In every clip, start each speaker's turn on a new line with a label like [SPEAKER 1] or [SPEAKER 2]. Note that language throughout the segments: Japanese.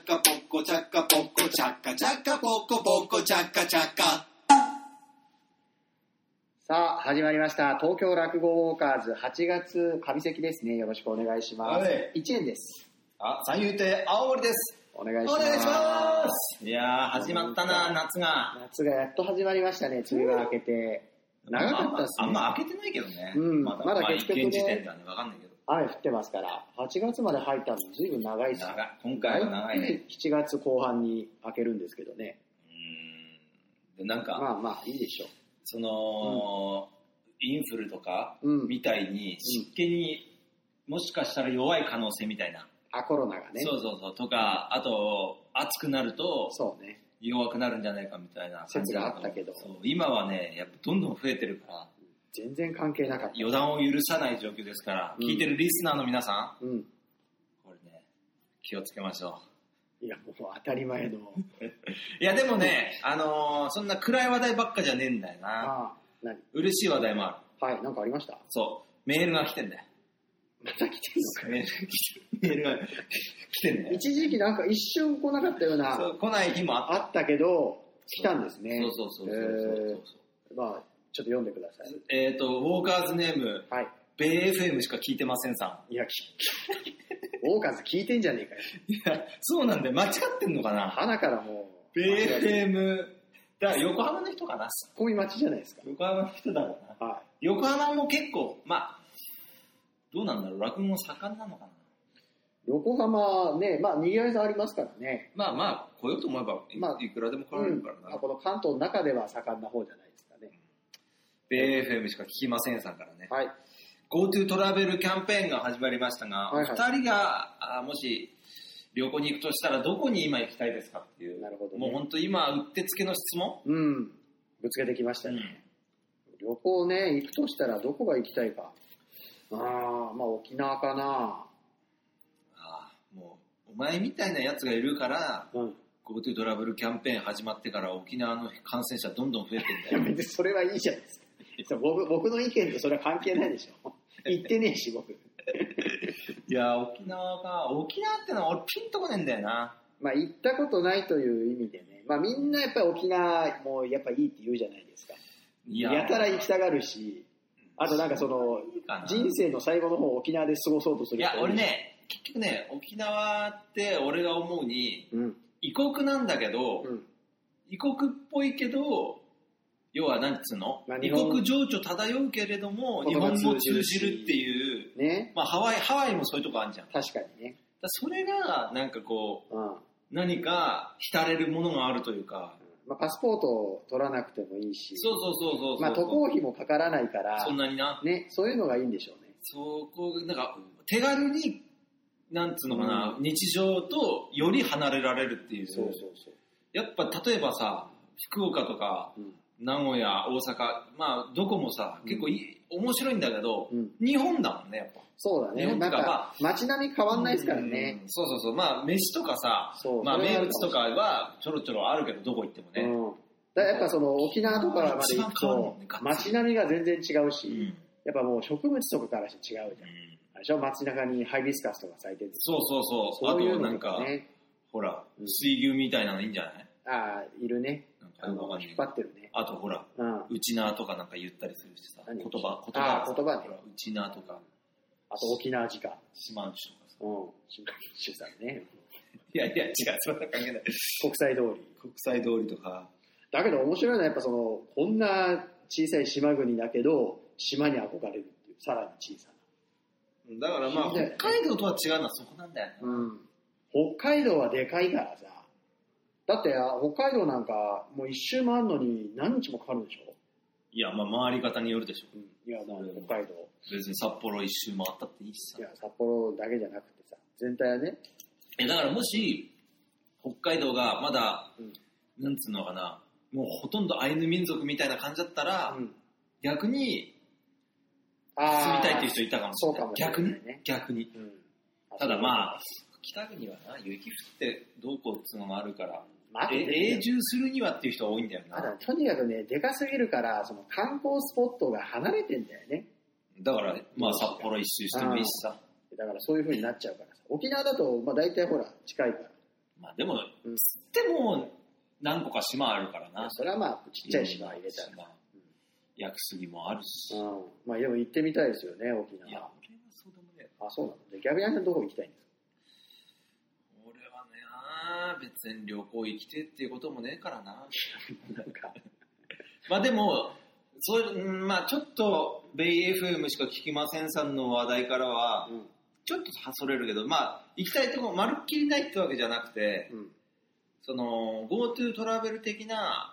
[SPEAKER 1] チャカポコチャカチャカポコポコチャカチャカ
[SPEAKER 2] さあ、始まりました。東京落語ウォーカーズ8月上関ですね。よろしくお願いしま
[SPEAKER 3] は
[SPEAKER 2] す
[SPEAKER 3] い。
[SPEAKER 2] 1年です。
[SPEAKER 3] あ、三遊亭青森です。
[SPEAKER 2] お願いし
[SPEAKER 3] お
[SPEAKER 2] ます。
[SPEAKER 3] 願いします。いやー、始まったな、夏が。
[SPEAKER 2] 夏がやっと始まりましたね。梅雨が明けて。長かったです
[SPEAKER 3] あんまあんま
[SPEAKER 2] ね。
[SPEAKER 3] 開けてないけどね。
[SPEAKER 2] うんまだ結
[SPEAKER 3] 現
[SPEAKER 2] 局ね
[SPEAKER 3] 時点ではね、わかんないけど。
[SPEAKER 2] 雨降ってますから、8月まで入ったのずいぶん長いし。
[SPEAKER 3] 長い。今回は長いね。
[SPEAKER 2] 7月後半に明けるんですけどね。
[SPEAKER 3] うん。で、なんか、
[SPEAKER 2] まあまあ、いいでしょ
[SPEAKER 3] その、インフルとか、
[SPEAKER 2] う。うん。
[SPEAKER 3] みたいに、湿気に、もしかしたら弱い可能性みたいな。
[SPEAKER 2] あ、コロナがね。
[SPEAKER 3] そうそうそう。とか、あと、暑くなると、
[SPEAKER 2] そうね。
[SPEAKER 3] 弱くなるんじゃないかみたいな感じだ
[SPEAKER 2] 説があ
[SPEAKER 3] と思う
[SPEAKER 2] ったけど
[SPEAKER 3] そう今はね、やっぱどんどん増えてるから、
[SPEAKER 2] 全然関係なかった。
[SPEAKER 3] 予断を許さない状況ですから、
[SPEAKER 2] うん
[SPEAKER 3] 聞いてるリスナーの皆さ
[SPEAKER 2] うん。
[SPEAKER 3] ん、これね、気をつけましょ
[SPEAKER 2] いや、もう当たり前の。
[SPEAKER 3] う。いや、でもね、あのーそんな暗い話題ばっかじゃねえんだよな。
[SPEAKER 2] ああ、何
[SPEAKER 3] 嬉しい話題もある。
[SPEAKER 2] はい、なんかありました
[SPEAKER 3] そう、メールが来てんだよ。
[SPEAKER 2] また来てんのか
[SPEAKER 3] メールメールが来てん だよ。
[SPEAKER 2] 一時期なんか一瞬来なかったような、
[SPEAKER 3] そう来ない日もあっ
[SPEAKER 2] あったけど、来たんです
[SPEAKER 3] た。
[SPEAKER 2] ね。
[SPEAKER 3] そうそうそうそうそうそう。
[SPEAKER 2] えーまあ、ちょっと読んでください。
[SPEAKER 3] えっ、と、ウォーカーズネーム、
[SPEAKER 2] はい。
[SPEAKER 3] ベイ FM しか聞いてませんさん。
[SPEAKER 2] いや、き、大数聞いてんじゃねえかよ。
[SPEAKER 3] いや、そうなんだよ。間違ってんのかな
[SPEAKER 2] 花からもう、間違えて
[SPEAKER 3] ?BFM。だから横浜の人かな
[SPEAKER 2] ツッコミ待ちじゃないですか。
[SPEAKER 3] 横浜の人だろうな。
[SPEAKER 2] は
[SPEAKER 3] 横浜も結構、まあ、どうなんだろう。落語盛んなのかな。
[SPEAKER 2] い。横浜ね、まあ、賑わいさありますからね。
[SPEAKER 3] まあまあ、来ようと思えば、い
[SPEAKER 2] まあ
[SPEAKER 3] いくらでも来られるから
[SPEAKER 2] うんまあ
[SPEAKER 3] な。
[SPEAKER 2] この関東の中では盛んな方じゃないですかね。
[SPEAKER 3] BFM しか聞きませんさんからね。
[SPEAKER 2] はい。
[SPEAKER 3] GoTo トラベルキャンペーンが始まりましたが、
[SPEAKER 2] はいはい
[SPEAKER 3] お二人があもし旅行に行くとしたら、どこに今行きたいですかっていう。
[SPEAKER 2] なるほどね
[SPEAKER 3] もう本当今、うってつけの質問、
[SPEAKER 2] うん。ぶつけてきましたね。旅行ね、行くとしたらどこが行きたいか。ああ、まあ沖縄かな。
[SPEAKER 3] ああ、もう、お前みたいなやつがいるから、
[SPEAKER 2] うん。
[SPEAKER 3] GoTo トラベルキャンペーン始まってから沖縄の感染者どんどん増えてん
[SPEAKER 2] いや
[SPEAKER 3] だよ。
[SPEAKER 2] 別にそれはいいじゃないですか。そう僕僕の意見とそれは関係ないでし ょ。言ってねえし、僕。
[SPEAKER 3] いや、沖縄か。沖縄ってのは俺ピンとこねえんだよな。
[SPEAKER 2] まあ行ったことないという意味でね。まあみんなやっぱり沖縄もやっぱいいって言うじゃないですか。
[SPEAKER 3] い
[SPEAKER 2] やたら行き
[SPEAKER 3] い。
[SPEAKER 2] たがるし、あとなんかその、人生の最後の方沖縄で過ごそうとす
[SPEAKER 3] い
[SPEAKER 2] る
[SPEAKER 3] や
[SPEAKER 2] 人、
[SPEAKER 3] 俺。ね、結局ね、沖縄って俺が思うに、
[SPEAKER 2] うん。
[SPEAKER 3] 異国なんだけど、
[SPEAKER 2] うん。
[SPEAKER 3] 異国っぽいけど、要は何つうの
[SPEAKER 2] まあ
[SPEAKER 3] 異
[SPEAKER 2] 日本
[SPEAKER 3] 国情緒漂うけれども、日
[SPEAKER 2] 言葉
[SPEAKER 3] 本も
[SPEAKER 2] 通じ
[SPEAKER 3] 通
[SPEAKER 2] る
[SPEAKER 3] じ
[SPEAKER 2] し
[SPEAKER 3] るっていう、
[SPEAKER 2] ね。
[SPEAKER 3] まあハワイ、ハワイもそういうとこあるじゃん。だか
[SPEAKER 2] 確かにね。
[SPEAKER 3] らそれが、なんかこう、
[SPEAKER 2] うん。
[SPEAKER 3] 何か浸れるものがあるというか、
[SPEAKER 2] まあパスポートを取らなくてもいいし、
[SPEAKER 3] そうそうそうそうそう、
[SPEAKER 2] まあ渡航費もかからないから、
[SPEAKER 3] そんなにな、
[SPEAKER 2] ね、そういうのがいいんでしょうね。
[SPEAKER 3] そこ、なんか手軽に、なんつうのかな、日常とより離れられるっていう、
[SPEAKER 2] そうそう。
[SPEAKER 3] やっぱ例えばさ、福岡とか
[SPEAKER 2] うん。
[SPEAKER 3] 名古屋、大阪、まあどこもさ、
[SPEAKER 2] うん
[SPEAKER 3] 結構いい、面白いんだけど、
[SPEAKER 2] うん。
[SPEAKER 3] 日本だもんね、やっぱ。
[SPEAKER 2] そうだ
[SPEAKER 3] 日
[SPEAKER 2] ね。
[SPEAKER 3] 本と
[SPEAKER 2] なん
[SPEAKER 3] か
[SPEAKER 2] か、街並み変わんないですからね。
[SPEAKER 3] うん。そうそうそう、まあ飯とかさ、
[SPEAKER 2] そう。
[SPEAKER 3] まあ
[SPEAKER 2] それ
[SPEAKER 3] 名
[SPEAKER 2] は
[SPEAKER 3] 物とかはちょろちょろあるけど、どこ行っても
[SPEAKER 2] う
[SPEAKER 3] ね。
[SPEAKER 2] ん。だからやっぱその沖縄とかまで行く
[SPEAKER 3] 一番変わるも
[SPEAKER 2] と
[SPEAKER 3] んねガッツ、リ
[SPEAKER 2] 街並みが全然違うし、
[SPEAKER 3] うん
[SPEAKER 2] やっぱもう植物とかからして違うじゃん。
[SPEAKER 3] うん
[SPEAKER 2] あれでしょ街中にハイビスカスとか咲いてる
[SPEAKER 3] そうそうそう。
[SPEAKER 2] そうい
[SPEAKER 3] あ
[SPEAKER 2] う
[SPEAKER 3] とな
[SPEAKER 2] の
[SPEAKER 3] ん
[SPEAKER 2] と
[SPEAKER 3] か、
[SPEAKER 2] かね。
[SPEAKER 3] ほら
[SPEAKER 2] うん、
[SPEAKER 3] 水牛みたいなのいいんじゃない
[SPEAKER 2] ああ、いるね。
[SPEAKER 3] なんか
[SPEAKER 2] あの
[SPEAKER 3] わかんない
[SPEAKER 2] 引っ張ってるね。
[SPEAKER 3] あとほら、
[SPEAKER 2] うん。
[SPEAKER 3] ウチナーとかなんか言ったりするしさ、言
[SPEAKER 2] 何
[SPEAKER 3] 葉、言葉
[SPEAKER 2] あ
[SPEAKER 3] がさ
[SPEAKER 2] ー言葉ね
[SPEAKER 3] ほら、ウチナーとか、
[SPEAKER 2] あと沖縄時間。
[SPEAKER 3] 島内とかさ。
[SPEAKER 2] うん。島主さんね。
[SPEAKER 3] いやいや、違う、そんな関係ない。
[SPEAKER 2] 国際通り。
[SPEAKER 3] 国際通りとか、
[SPEAKER 2] だけど面白いのはやっぱその、こんな小さい島国だけど、島に憧れるっていう、さらに小さな。
[SPEAKER 3] だからまあ、
[SPEAKER 2] ね
[SPEAKER 3] 北海道とは違うのはそこなんだよね。
[SPEAKER 2] うん、北海道はでかいからさだってあ北海道なんかもう一周回るのに何日もかかるでしょ、
[SPEAKER 3] いや、まあ、回り方によるでしょ。
[SPEAKER 2] うん、いやまあ北海道
[SPEAKER 3] 別に札幌一周回ったっていいしさ
[SPEAKER 2] い。や札幌だけじゃなくてさ全体はね
[SPEAKER 3] え、だからもし、北海道がまだ、
[SPEAKER 2] うん
[SPEAKER 3] なんつうのかな、もうほとんどアイヌ民族みたいな感じだったら、
[SPEAKER 2] うん、
[SPEAKER 3] 逆に、
[SPEAKER 2] あ
[SPEAKER 3] 住みたいっていう
[SPEAKER 2] 人、
[SPEAKER 3] 人いたかもしれ
[SPEAKER 2] そ
[SPEAKER 3] ない。
[SPEAKER 2] うかもしれないね
[SPEAKER 3] 逆に。逆に。
[SPEAKER 2] うん、
[SPEAKER 3] ただ
[SPEAKER 2] あ、
[SPEAKER 3] まあ、北国はな、雪降ってどうこうっつうのもあるから、
[SPEAKER 2] まあ、
[SPEAKER 3] え
[SPEAKER 2] と
[SPEAKER 3] 永住するにはっていう人は多いんだよ
[SPEAKER 2] あと
[SPEAKER 3] な。
[SPEAKER 2] とにかくねでかすぎるからその観光スポットが離れてんだよね
[SPEAKER 3] だから、まあ札幌一周してもいいしさ。
[SPEAKER 2] だからそういう風になっちゃうからさ沖縄だとまあ大体ほら近いから
[SPEAKER 3] まあでも、
[SPEAKER 2] うん
[SPEAKER 3] つっても何個か島あるからな。
[SPEAKER 2] それはまあ、ちっちゃい島入れたら。
[SPEAKER 3] 島。屋久杉もあるし。
[SPEAKER 2] うん。まあ、でも行ってみたいですよね、沖
[SPEAKER 3] いや、俺は
[SPEAKER 2] 縄。
[SPEAKER 3] そうでもね
[SPEAKER 2] あ、そうなので、逆にあなたどこ行きたいんですか
[SPEAKER 3] 俺はね、別に旅行行きてっていうこともねえからな。
[SPEAKER 2] なん か、
[SPEAKER 3] まあでも、そういう、うんまあちょっと、ベイ FM しか聞きませんさんの話題からは、
[SPEAKER 2] うん。
[SPEAKER 3] ちょっとはそれるけど、まあ行きたいとこまるっきりないってわけじゃなくて、
[SPEAKER 2] うん。
[SPEAKER 3] その、GoTo トラベル的な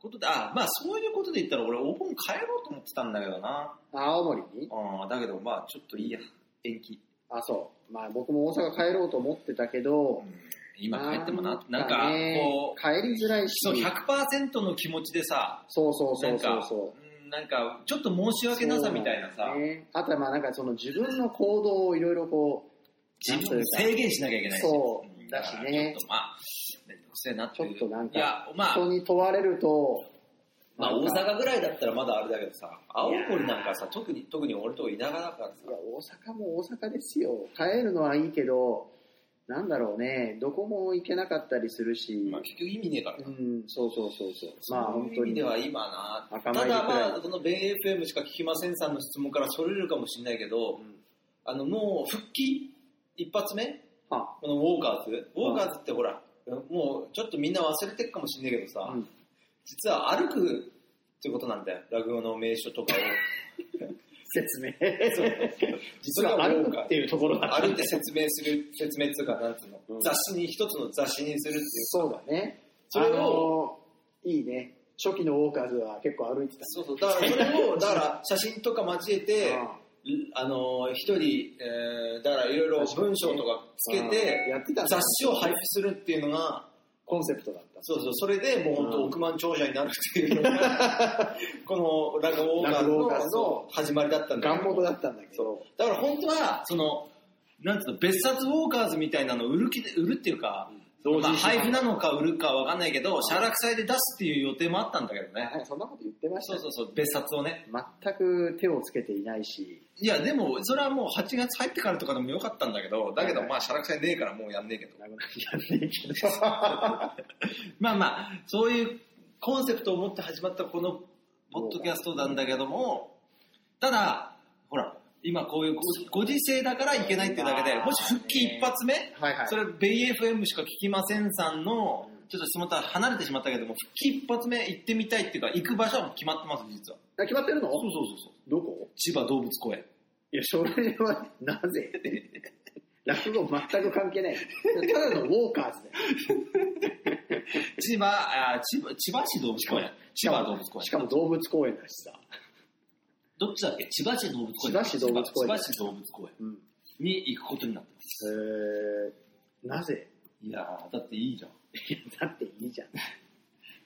[SPEAKER 3] ことで、あ、まあそういうことで言ったら俺お盆帰ろうと思ってたんだけどな。
[SPEAKER 2] 青森に
[SPEAKER 3] うん、だけどまあちょっといいや、延期。
[SPEAKER 2] あ、そう。まあ、僕も大阪帰ろうと思ってたけど、
[SPEAKER 3] 今帰ってもな、なん
[SPEAKER 2] か
[SPEAKER 3] か
[SPEAKER 2] ね
[SPEAKER 3] こう、
[SPEAKER 2] 帰りづらいし、
[SPEAKER 3] そう100%の気持ちでさ、
[SPEAKER 2] そうそう
[SPEAKER 3] な
[SPEAKER 2] そ
[SPEAKER 3] ん
[SPEAKER 2] うそう
[SPEAKER 3] か
[SPEAKER 2] そう。、
[SPEAKER 3] うんなんかちょっと申し訳なさみたいなさ、
[SPEAKER 2] ねあとはまあなんかその自分の行動をいろいろこ
[SPEAKER 3] 自分で制限しなきゃいけないし
[SPEAKER 2] そう
[SPEAKER 3] うん
[SPEAKER 2] だしね
[SPEAKER 3] だからちょっとまあ、めんどくせえなっていう。
[SPEAKER 2] ちょっとなんか
[SPEAKER 3] いや、ま
[SPEAKER 2] う
[SPEAKER 3] あ、
[SPEAKER 2] 人に問われると、
[SPEAKER 3] まあ、
[SPEAKER 2] なんか
[SPEAKER 3] 大阪ぐらいだったらまだあれだけどさ、青森なんかさ、特に、特に俺とこ田舎だから
[SPEAKER 2] いや
[SPEAKER 3] さ、
[SPEAKER 2] 大阪も大阪ですよ帰るのはいいけどなんだろうねどこも行けなかったりするし、
[SPEAKER 3] まあ、結局意味ねえからな。
[SPEAKER 2] うんそうそうそうそうまあ
[SPEAKER 3] そう
[SPEAKER 2] 本
[SPEAKER 3] いう意
[SPEAKER 2] 当
[SPEAKER 3] 味
[SPEAKER 2] に
[SPEAKER 3] では今な、
[SPEAKER 2] 赤
[SPEAKER 3] た
[SPEAKER 2] 米
[SPEAKER 3] だ
[SPEAKER 2] ぐらい
[SPEAKER 3] まあ、その米 FM しか聞きませんさんの質問からそれるかもしれないけど、
[SPEAKER 2] うん
[SPEAKER 3] あの、もう復帰一発目
[SPEAKER 2] は
[SPEAKER 3] このウォーカーズウォーカーズってほら、もうちょっとみんな忘れてるかもしんないけどさ、
[SPEAKER 2] うん
[SPEAKER 3] 実は歩くってことなんだよ。落語の名所とかを。
[SPEAKER 2] 説明
[SPEAKER 3] 実
[SPEAKER 2] 実
[SPEAKER 3] は
[SPEAKER 2] は
[SPEAKER 3] ウォ
[SPEAKER 2] 歩
[SPEAKER 3] ー
[SPEAKER 2] く
[SPEAKER 3] カー
[SPEAKER 2] っていうところが
[SPEAKER 3] 歩いて説明する、説明っていうか、なんつうの、
[SPEAKER 2] うん
[SPEAKER 3] 雑誌に、一つの雑誌にするっていう。
[SPEAKER 2] そうだね
[SPEAKER 3] それ
[SPEAKER 2] あ
[SPEAKER 3] を、
[SPEAKER 2] のいいね初期のウォーカーズは結構歩いてた
[SPEAKER 3] そうそう、だからそれを、だから 写真とか交えて、あの、一人、えー、だからいろいろ文章とかつけ
[SPEAKER 2] うん
[SPEAKER 3] て、
[SPEAKER 2] やってたんだ
[SPEAKER 3] 雑誌を配布するっていうのが、
[SPEAKER 2] コンセプトだった
[SPEAKER 3] そうそう、それでもう本当億万長者になるっていうのが、このラグウォーカー
[SPEAKER 2] ラグウォーカー
[SPEAKER 3] ズ
[SPEAKER 2] ズ
[SPEAKER 3] の
[SPEAKER 2] の
[SPEAKER 3] 始まりだったんだ
[SPEAKER 2] 願
[SPEAKER 3] けど
[SPEAKER 2] 望だったんだけど
[SPEAKER 3] そう。だから本当は、その、なんつうの、別冊ウォーカーズみたいなのを売る気で、売るっていうか、
[SPEAKER 2] 同
[SPEAKER 3] ま
[SPEAKER 2] 時
[SPEAKER 3] あ、
[SPEAKER 2] に
[SPEAKER 3] 配布なのか売るかわかんないけど、写楽祭で出すっていう予定もあったんだけどね。
[SPEAKER 2] はいそんなこと言ってました
[SPEAKER 3] そ
[SPEAKER 2] ね
[SPEAKER 3] うそうそう、別冊をね。
[SPEAKER 2] 全く手をつけていないし
[SPEAKER 3] いや、でも、それはもう8月入ってからとかでもよかったんだけど、だけど
[SPEAKER 2] はい
[SPEAKER 3] まあ、写楽祭ねえからもうやんねえけど。
[SPEAKER 2] なくなっちゃっていいけど
[SPEAKER 3] まあまあ、そういうコンセプトを持って始まったこのポッドキャストなんだけども、ただ、ほら、今こういうごご時世だからいけないってだけで、もし復帰一発目、
[SPEAKER 2] はいはい
[SPEAKER 3] それ、ベイ FM しか聞きませんさんの、ちょっと質問とは離れてしまったけども、復帰一発目行ってみたいっていうか、行く場所はもう決まってます、実は。
[SPEAKER 2] あ決まってるの
[SPEAKER 3] そうそうそうそう。
[SPEAKER 2] どこ
[SPEAKER 3] 千葉動物公園。
[SPEAKER 2] いや、それはなぜ落語全く関係ない。ただのウォーカーズだよ。
[SPEAKER 3] 千葉、あー千葉、千葉市動物公園。千葉動物公園
[SPEAKER 2] し。かも動物公園だしさ。
[SPEAKER 3] どっちだっけ千葉市動物公
[SPEAKER 2] 千
[SPEAKER 3] 園。
[SPEAKER 2] 葉市動物公園
[SPEAKER 3] 千葉市動物公園
[SPEAKER 2] うん。
[SPEAKER 3] に行くことになってます。
[SPEAKER 2] えー、なぜ
[SPEAKER 3] いやー、だっていいじゃん。
[SPEAKER 2] いやだっていいじゃん。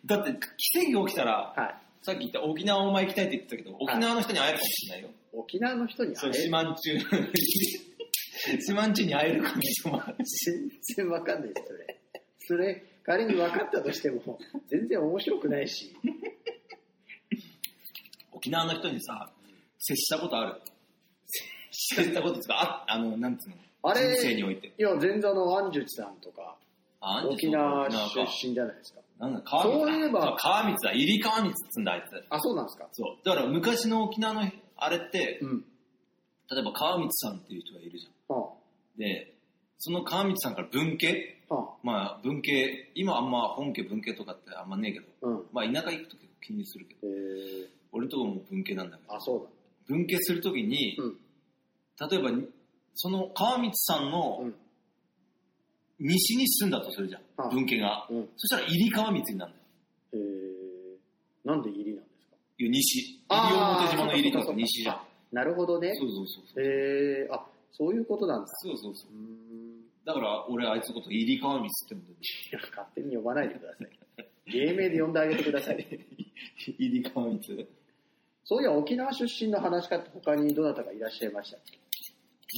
[SPEAKER 3] だって、奇跡が起きたら、
[SPEAKER 2] はい。
[SPEAKER 3] さっき言った沖縄お前行きたいって言ってたけど、沖縄の人に会えるかもしれないよ。
[SPEAKER 2] 沖縄の人に
[SPEAKER 3] そ
[SPEAKER 2] 会
[SPEAKER 3] う、
[SPEAKER 2] える
[SPEAKER 3] 島んちゅう。島んちゅうに会えるかもしれない。
[SPEAKER 2] 全然わかんないです、それ。それ、仮に分かったとしても、全然面白くないし。
[SPEAKER 3] 沖縄の人にさ、接したことある接したことですかあ、あの、なんつうの
[SPEAKER 2] あれ
[SPEAKER 3] 人生において。
[SPEAKER 2] いや、前座の安術さんとか、
[SPEAKER 3] あ
[SPEAKER 2] 沖縄
[SPEAKER 3] 沖縄か。
[SPEAKER 2] 出身じゃないですか。
[SPEAKER 3] なんだ、川光だ
[SPEAKER 2] そういえば
[SPEAKER 3] う川光だ。入り川光っつうんだ、あいつ。
[SPEAKER 2] あ、そうなんですか。
[SPEAKER 3] そう。だから昔の沖縄の、あれって、
[SPEAKER 2] うん。
[SPEAKER 3] 例えば川光さんっていう人がいるじゃん。
[SPEAKER 2] は
[SPEAKER 3] で、その川光さんから文系
[SPEAKER 2] あ、は
[SPEAKER 3] まあ文系、今あんま本家文系とかってあんまねえけど、
[SPEAKER 2] あ、うん。
[SPEAKER 3] まあ田舎行くと結構気にするけど、
[SPEAKER 2] えー、
[SPEAKER 3] 俺んとこも文系なんだけど、
[SPEAKER 2] あ、そう
[SPEAKER 3] 文系するときに、
[SPEAKER 2] うん
[SPEAKER 3] 例えばにその川光さ
[SPEAKER 2] だ。
[SPEAKER 3] ん
[SPEAKER 2] う
[SPEAKER 3] の
[SPEAKER 2] ん。
[SPEAKER 3] 西に住んだとするじゃん、
[SPEAKER 2] はい
[SPEAKER 3] 文系が。
[SPEAKER 2] うん。
[SPEAKER 3] そしたら入川光になるのよ
[SPEAKER 2] えー、なんで入りなんですか
[SPEAKER 3] いや西。
[SPEAKER 2] あー
[SPEAKER 3] 西表島の
[SPEAKER 2] そう
[SPEAKER 3] 入川と
[SPEAKER 2] かそうか
[SPEAKER 3] 西じゃん。
[SPEAKER 2] なるほどね
[SPEAKER 3] そ。うそうそうそう。
[SPEAKER 2] えー、あ、そういうことなんだ。
[SPEAKER 3] そうそうそう
[SPEAKER 2] うーん。
[SPEAKER 3] だから俺あいつのこと入川光って呼んでる。
[SPEAKER 2] いや勝手に呼ばないでください。 芸名で呼んであげてください。
[SPEAKER 3] 入川光
[SPEAKER 2] そういや、沖縄出身の話家って他にどなたかいらっしゃいましたっけ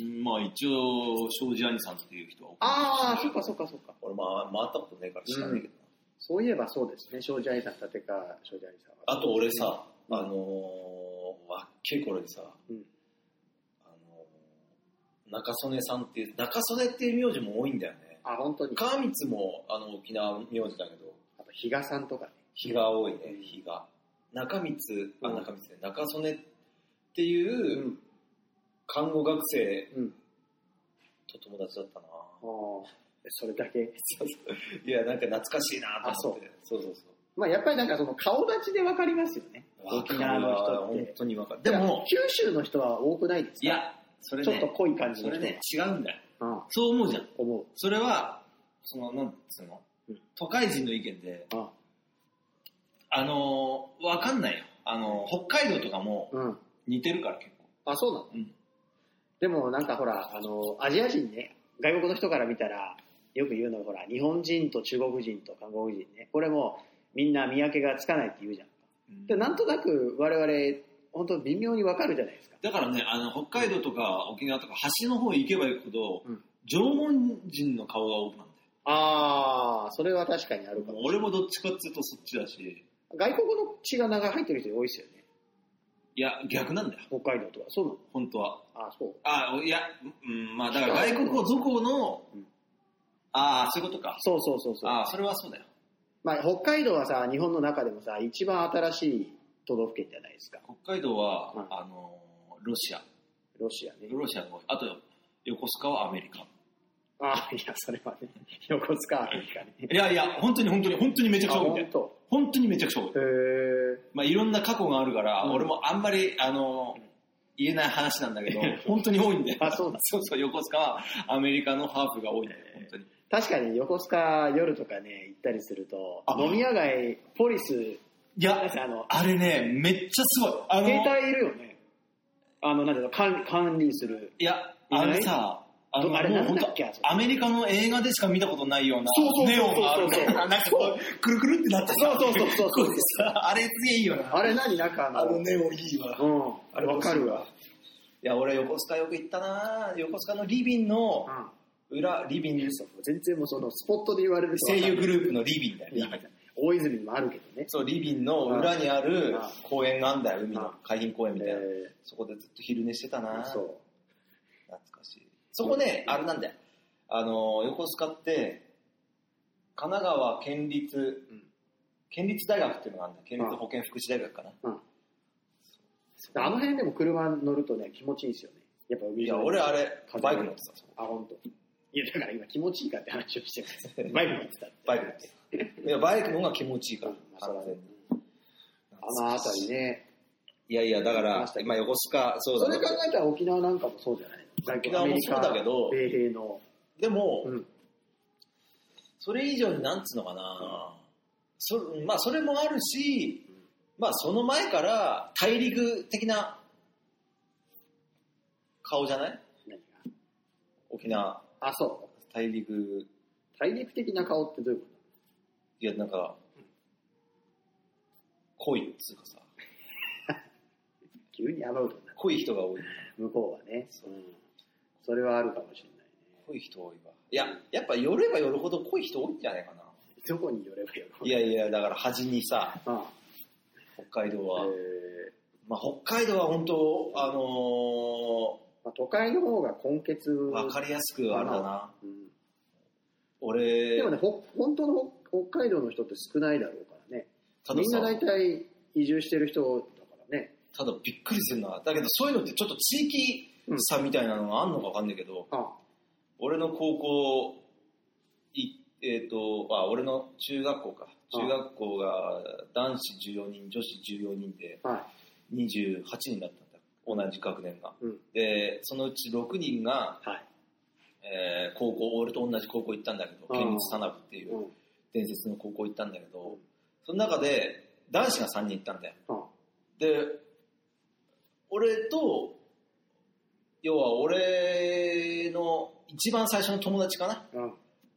[SPEAKER 3] うんまあ一応、庄司兄さんっていう人は。
[SPEAKER 2] ああ、そっかそっかそっか。
[SPEAKER 3] 俺まあ回ったことねえから知らねえけどな。
[SPEAKER 2] そういえばそうですね。庄司愛さん、立川庄司愛さんは。
[SPEAKER 3] あと俺さ、
[SPEAKER 2] うん
[SPEAKER 3] あのー、わっけこれでさ、
[SPEAKER 2] うん
[SPEAKER 3] あのー中曽根さんっていう、中曽根っていう名字も多いんだよね。
[SPEAKER 2] あ、本当に。やっ
[SPEAKER 3] 川光も、あの、沖縄名字だけど、
[SPEAKER 2] ぱ比嘉さんとかね。
[SPEAKER 3] 日が多いね、日が。中
[SPEAKER 2] う
[SPEAKER 3] 光、あ、
[SPEAKER 2] ん
[SPEAKER 3] 中光ね、中曽根っていう、看護学生
[SPEAKER 2] うん。うん。
[SPEAKER 3] と友達だったな
[SPEAKER 2] あーそれだけ。
[SPEAKER 3] そうそういや、なんか懐かしいなと思って。そうそうそう。
[SPEAKER 2] まあ、やっぱりなんかその顔立ちでわかりますよね。沖縄の人っ
[SPEAKER 3] 本
[SPEAKER 2] て。
[SPEAKER 3] 当にわかる。でも、
[SPEAKER 2] 九州の人は多くないですか
[SPEAKER 3] い、や、それね、
[SPEAKER 2] ちょっと濃い感じ
[SPEAKER 3] そ
[SPEAKER 2] の
[SPEAKER 3] れ
[SPEAKER 2] 人。
[SPEAKER 3] ね、違うんだよ。
[SPEAKER 2] うん、
[SPEAKER 3] そう思うじゃん。
[SPEAKER 2] 思う。
[SPEAKER 3] それは、その、なんつうの
[SPEAKER 2] うん、
[SPEAKER 3] 都会人の意見で、
[SPEAKER 2] あ
[SPEAKER 3] あのー、わかんないよ。あのー、北海道とかも
[SPEAKER 2] うん。
[SPEAKER 3] 似てるから結構。
[SPEAKER 2] あ、そうなの、
[SPEAKER 3] うん
[SPEAKER 2] でもなんかほら、あの、アジア人ね、外国の人から見たら、よく言うのがほら、日本人と中国人と韓国人ね、これもみんな見分けがつかないって言うじゃん。で、なんとなく我々、本当微妙にわかるじゃないですか。
[SPEAKER 3] だからね、あの、北海道とか沖縄とか橋の方行けば行くほど、
[SPEAKER 2] うん
[SPEAKER 3] 縄文人の顔が多くなるん
[SPEAKER 2] ああ、それは確かにある
[SPEAKER 3] だ
[SPEAKER 2] か
[SPEAKER 3] よ。
[SPEAKER 2] も。
[SPEAKER 3] 俺もどっちかっていうとそっちだし、
[SPEAKER 2] 外国の血が長い入ってる人多いですよね。
[SPEAKER 3] いや、逆なんだよ、
[SPEAKER 2] 北海道とか。そうなの
[SPEAKER 3] 本当は。
[SPEAKER 2] あそう。
[SPEAKER 3] あいや、うん、まあだから外国を族の
[SPEAKER 2] うん、
[SPEAKER 3] ああ、そういうことか。
[SPEAKER 2] そうそうそうそう。
[SPEAKER 3] ああ、それはそうだよ。
[SPEAKER 2] まあ、北海道はさ、日本の中でもさ、一番新しい都道府県じゃないですか。
[SPEAKER 3] 北海道は、
[SPEAKER 2] うん
[SPEAKER 3] あのー、ロシア。
[SPEAKER 2] ロシアね。
[SPEAKER 3] ロシアの、あと、横須賀はアメリカ。
[SPEAKER 2] ああ、いや、それはね、横須賀アメリカね。
[SPEAKER 3] いやいや、本当に本当に、本当にめちゃくちゃ多いんだよ。
[SPEAKER 2] と。
[SPEAKER 3] 本当にめちゃくちゃ多い
[SPEAKER 2] へ。え。
[SPEAKER 3] まあいろんな過去があるから、
[SPEAKER 2] うん
[SPEAKER 3] 俺もあんまり、あのー
[SPEAKER 2] うん
[SPEAKER 3] 言えない話なんだけど、本当に多いんだよ。
[SPEAKER 2] あそうなんだ
[SPEAKER 3] そうそう、横須賀はアメリカのハーフが多いんだよ、本当に。
[SPEAKER 2] 確かに横須賀夜とかね、行ったりすると
[SPEAKER 3] あ、
[SPEAKER 2] 飲み屋街、ポリス、
[SPEAKER 3] いや、
[SPEAKER 2] あの、
[SPEAKER 3] あれね、めっちゃすごい。あのー
[SPEAKER 2] 携帯いるよね。あの、なんていうの、管管理する。
[SPEAKER 3] いや、あれさ、あの、
[SPEAKER 2] どあれ
[SPEAKER 3] もう
[SPEAKER 2] なん
[SPEAKER 3] 本
[SPEAKER 2] だっけあれ
[SPEAKER 3] 当アメリカの映画でしか見たことないような
[SPEAKER 2] そうそうそう
[SPEAKER 3] ネオンがある
[SPEAKER 2] そうそう
[SPEAKER 3] から、なんかこう、くるくるってなって
[SPEAKER 2] そう
[SPEAKER 3] さ、
[SPEAKER 2] そうそうそう
[SPEAKER 3] これさ あれすげえいいよな。
[SPEAKER 2] あれ何なんかあの、
[SPEAKER 3] ネオンいいわ。
[SPEAKER 2] う
[SPEAKER 3] い
[SPEAKER 2] ん、
[SPEAKER 3] あれ
[SPEAKER 2] わかるわ。
[SPEAKER 3] や、俺横須賀よく行ったな横須賀のリビンの裏、リビンですよ。
[SPEAKER 2] うん。全然もうその、スポットで言われると
[SPEAKER 3] 声
[SPEAKER 2] わか
[SPEAKER 3] 優
[SPEAKER 2] る
[SPEAKER 3] グループのリビンだ
[SPEAKER 2] いや
[SPEAKER 3] よ。
[SPEAKER 2] 大泉にもあるけどね。
[SPEAKER 3] そう、リビンの裏にある公園があんだよ、海
[SPEAKER 2] うん
[SPEAKER 3] の海浜公園みたいな。
[SPEAKER 2] え
[SPEAKER 3] そこでずっと昼寝してた
[SPEAKER 2] ー
[SPEAKER 3] な
[SPEAKER 2] そ
[SPEAKER 3] 懐かしい。そこね、あれなんだよ。あの、横須賀って、神奈川県立、
[SPEAKER 2] ん
[SPEAKER 3] 県立大学っていうのがあるんだよ。県立保健福祉大学かな。
[SPEAKER 2] う。うん。あの辺でも車乗るとね、気持ちいいですよね。やっぱ海沿
[SPEAKER 3] い
[SPEAKER 2] い
[SPEAKER 3] や、俺あれ、
[SPEAKER 2] 風が
[SPEAKER 3] バイク乗ってた。
[SPEAKER 2] あ、本当。いや、だから今気持ちいいかって話をしてます。バイク乗ってたって。
[SPEAKER 3] バイク乗ってた。いや、バイクの方が気持ちいいから
[SPEAKER 2] うん。まあそらね
[SPEAKER 3] 完
[SPEAKER 2] あの辺りね。
[SPEAKER 3] 全にいやいや、だか
[SPEAKER 2] 行き
[SPEAKER 3] ら
[SPEAKER 2] ました、ね
[SPEAKER 3] 今横須賀、そう
[SPEAKER 2] そ
[SPEAKER 3] だ
[SPEAKER 2] れ
[SPEAKER 3] ね
[SPEAKER 2] 考えたら沖縄なんかもそうじゃない
[SPEAKER 3] 沖縄もそうだけど
[SPEAKER 2] アメリカ米兵の。
[SPEAKER 3] でも、
[SPEAKER 2] うん。
[SPEAKER 3] それ以上になんつうのかな、そまあ、それもあるし、まあ、その前から大陸的な顔じゃない
[SPEAKER 2] 何が
[SPEAKER 3] 沖縄
[SPEAKER 2] あ、そ
[SPEAKER 3] 大陸
[SPEAKER 2] う。大陸的な顔ってどういうこ
[SPEAKER 3] いやなんか濃いっつうかさ
[SPEAKER 2] と急にアバウトになる。
[SPEAKER 3] 濃い人が多い
[SPEAKER 2] 向こうはね。うん。それはあるかもしれないね。
[SPEAKER 3] 濃い人多いわいややっぱ寄れば寄るほど濃い人多いんじゃないかな
[SPEAKER 2] どこに寄ればよ
[SPEAKER 3] いやいやだから端にさ
[SPEAKER 2] あ
[SPEAKER 3] 北海道
[SPEAKER 2] あ、
[SPEAKER 3] は、
[SPEAKER 2] えー
[SPEAKER 3] まあ、北海道は本当あの
[SPEAKER 2] まあ、都会の方が根血。
[SPEAKER 3] ー、分かりやすくあれだな
[SPEAKER 2] うん
[SPEAKER 3] 俺
[SPEAKER 2] でもね、ほ本当の北海道の人って少ないだろうからね。
[SPEAKER 3] ただ
[SPEAKER 2] みんな
[SPEAKER 3] さ
[SPEAKER 2] 大体移住してる人だからね。
[SPEAKER 3] ただびっくりするなだけどそういうのってちょっと地域差みたいなのがあんのか分かんないけど、
[SPEAKER 2] あ
[SPEAKER 3] 俺の高校いえっ、とあ俺の中学校か
[SPEAKER 2] うん
[SPEAKER 3] 中学校が男子14人女子14人で
[SPEAKER 2] あ、はい。
[SPEAKER 3] 28人だったんだ同じ学年が
[SPEAKER 2] うん。
[SPEAKER 3] でそのうち6人が、
[SPEAKER 2] はい。
[SPEAKER 3] えー高校俺と同じ高校行ったんだけど
[SPEAKER 2] うん。
[SPEAKER 3] 県立田辺っていううん伝説の高校行ったんだけ
[SPEAKER 2] う
[SPEAKER 3] ど
[SPEAKER 2] ん
[SPEAKER 3] その中で男子が3人行ったんだよ
[SPEAKER 2] あ
[SPEAKER 3] で俺と要は俺の一番最初の友達かな
[SPEAKER 2] うん。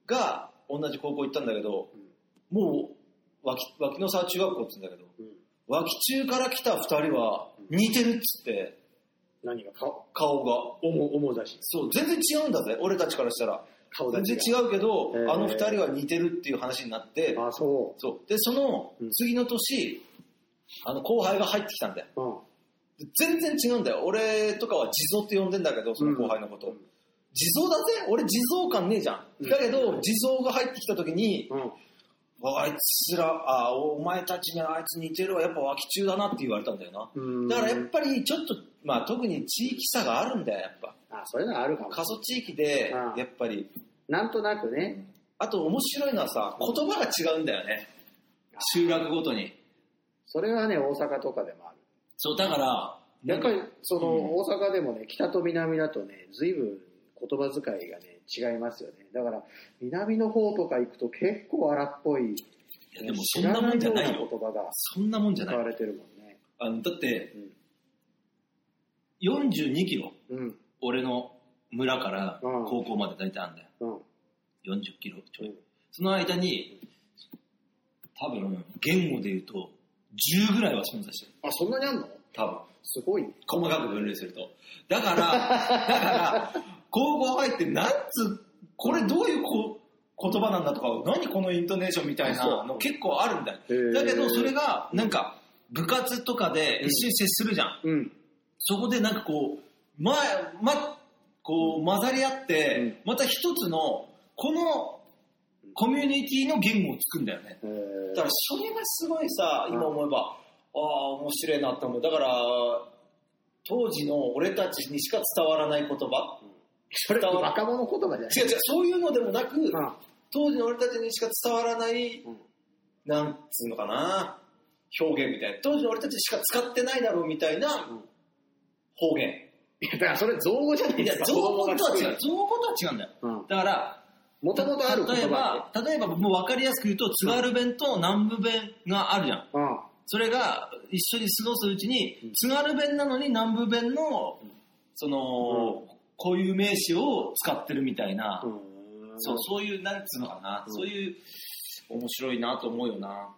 [SPEAKER 3] が同じ高校行ったんだけど
[SPEAKER 2] うん。
[SPEAKER 3] もう脇脇の沢中学校って言うんだけど
[SPEAKER 2] うん。
[SPEAKER 3] 脇中から来た2人は似てるっつって
[SPEAKER 2] 何が顔
[SPEAKER 3] 顔が
[SPEAKER 2] おも、おもだし。
[SPEAKER 3] そう全然違うんだぜ俺たちからしたら
[SPEAKER 2] 顔だ
[SPEAKER 3] 全
[SPEAKER 2] し。
[SPEAKER 3] 然違うけど
[SPEAKER 2] へー
[SPEAKER 3] あの2人は似てるっていう話になって
[SPEAKER 2] あ、そ
[SPEAKER 3] そうでその次の年あの後輩が入ってきたんだよ
[SPEAKER 2] う。うん。
[SPEAKER 3] で全然違うんだよ俺とかは地蔵って呼んでんだけどその後輩のこと、
[SPEAKER 2] うん
[SPEAKER 3] 地蔵だぜ俺地蔵感ねえじゃん。
[SPEAKER 2] うん
[SPEAKER 3] だけど、地蔵が入ってきた時に、
[SPEAKER 2] うん。
[SPEAKER 3] わあいつら、あおお前たちにあいつ似てるわ、やっぱ脇中だなって言われたんだよな。
[SPEAKER 2] うん
[SPEAKER 3] だからやっぱりちょっと、まあ特に地域差があるんだよ、やっぱ。
[SPEAKER 2] あ、それならあるかも。
[SPEAKER 3] 過疎地域で
[SPEAKER 2] う、ん
[SPEAKER 3] やっぱり。
[SPEAKER 2] なんとなくね。
[SPEAKER 3] あと面白いのはさ、言葉が違うんだよね。集落ごとに。
[SPEAKER 2] それはね、大阪とかでもある。
[SPEAKER 3] そう、だから、
[SPEAKER 2] やっぱり、その、
[SPEAKER 3] うん
[SPEAKER 2] 大阪でもね、北と南だとね、随分言葉遣いがね、違いますよね。だから、南の方とか行くと結構荒っぽい、
[SPEAKER 3] いやでもそんなもんじゃない
[SPEAKER 2] 知らよ
[SPEAKER 3] よ。
[SPEAKER 2] うな言葉が
[SPEAKER 3] そんなもんじゃ
[SPEAKER 2] 使
[SPEAKER 3] ない
[SPEAKER 2] わ。れてるもんね。
[SPEAKER 3] あのだって、42キロ、
[SPEAKER 2] うん。
[SPEAKER 3] 俺の村から
[SPEAKER 2] うん
[SPEAKER 3] 高校まで大体あんだよ。
[SPEAKER 2] うん。
[SPEAKER 3] 40キロちょ
[SPEAKER 2] う
[SPEAKER 3] い
[SPEAKER 2] ん。
[SPEAKER 3] その間に、多分、言語で言うと、10ぐらいは存在してる。
[SPEAKER 2] あ、そんなにあんの
[SPEAKER 3] 多分。
[SPEAKER 2] すごい。
[SPEAKER 3] 細かく分類すると。だから、 だから、高校入って、なんつ、これどういうこ言葉なんだとか、何このイントネーションみたいなの結構あるんだよ。だけど、それ
[SPEAKER 2] が、
[SPEAKER 3] が、なんか、部活とかで一緒に接するじゃん。
[SPEAKER 2] うん。
[SPEAKER 3] そこでなんかこう、ま、ま、こう混ざり合って、また一つの、このコミュニティの言語を作るんだよね。
[SPEAKER 2] えー
[SPEAKER 3] だからそれがすごいさ、今思えば、ああ、面白いなって思う。だから、当時の俺たちにしか伝わらない言葉。
[SPEAKER 2] それ、若者言葉じゃない
[SPEAKER 3] 違う違う、そういうのでもなく、
[SPEAKER 2] あ
[SPEAKER 3] 当時の俺たちにしか伝わらない、
[SPEAKER 2] うん
[SPEAKER 3] なんつうのかな、表現みたいな。当時の俺たちしか使ってないだろうみたいな
[SPEAKER 2] うん
[SPEAKER 3] 方言。
[SPEAKER 2] いやだからそれ造語じゃない
[SPEAKER 3] い
[SPEAKER 2] で
[SPEAKER 3] や
[SPEAKER 2] す、か。
[SPEAKER 3] 造語とは違う。
[SPEAKER 2] う。
[SPEAKER 3] 造語とは違うんだよ。
[SPEAKER 2] うん。
[SPEAKER 3] だから、
[SPEAKER 2] もともとある言
[SPEAKER 3] 例え
[SPEAKER 2] 葉
[SPEAKER 3] ば、例えばもう分かりやすく言うと、津軽弁と南部弁があるじゃん。
[SPEAKER 2] で。うん。
[SPEAKER 3] それが一緒に過ごすうち
[SPEAKER 2] う
[SPEAKER 3] に
[SPEAKER 2] ん、
[SPEAKER 3] 津軽弁なのに南部弁の、その、こういう名詞を使ってるみたいな、
[SPEAKER 2] うん
[SPEAKER 3] そうそういう、なんつうのかな、
[SPEAKER 2] うん
[SPEAKER 3] そういう、面白いなと思うよな。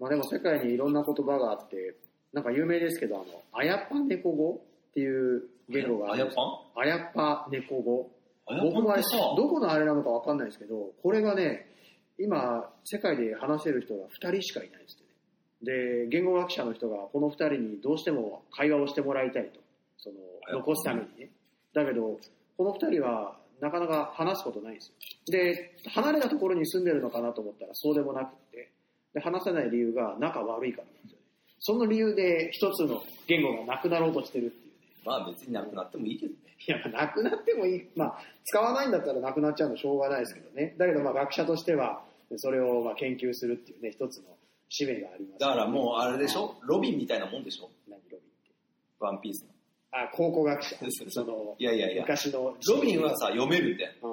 [SPEAKER 2] まあでも世界にいろんな言葉があって、なんか有名ですけど、あの、あやっぱ猫語っていう言語があ
[SPEAKER 3] あ
[SPEAKER 2] る
[SPEAKER 3] や
[SPEAKER 2] ん
[SPEAKER 3] っ
[SPEAKER 2] です
[SPEAKER 3] ぱ
[SPEAKER 2] あやっぱ猫語。
[SPEAKER 3] あやっ
[SPEAKER 2] 僕
[SPEAKER 3] ぱ
[SPEAKER 2] は
[SPEAKER 3] ってさ、
[SPEAKER 2] どこのあれなのかわかんないですけど、これがね、今、世界で話せる人が2人しかいないんですってね。で、言語学者の人がこの2人にどうしても会話をしてもらいたいと。その、残すためにね。だけど、この2人はなかなか話すことないんですよ。で、離れたところに住んでるのかなと思ったらそうでもなくって、で話せない理由が仲悪いからなんですよね。その理由で一つの言語がなくなろうとしてるっていう。
[SPEAKER 3] まあ別になくなってもいいけどね。
[SPEAKER 2] いや、まあなくなってもいい。まあ、使わないんだったらなくなっちゃうのしょうがないですけどね。だけど、まあ、学者としては、それをまあ研究するっていうね、一つの使命があります、
[SPEAKER 3] だからもうあれでしょロビンみたいなもんでしょ
[SPEAKER 2] う。何ロビンって。
[SPEAKER 3] ワンピースの。
[SPEAKER 2] あ、考古学者
[SPEAKER 3] そうそう。そ
[SPEAKER 2] そうの、
[SPEAKER 3] いやいやいや。
[SPEAKER 2] 昔の。
[SPEAKER 3] ロビンはさ、読めるんだよ。
[SPEAKER 2] うん。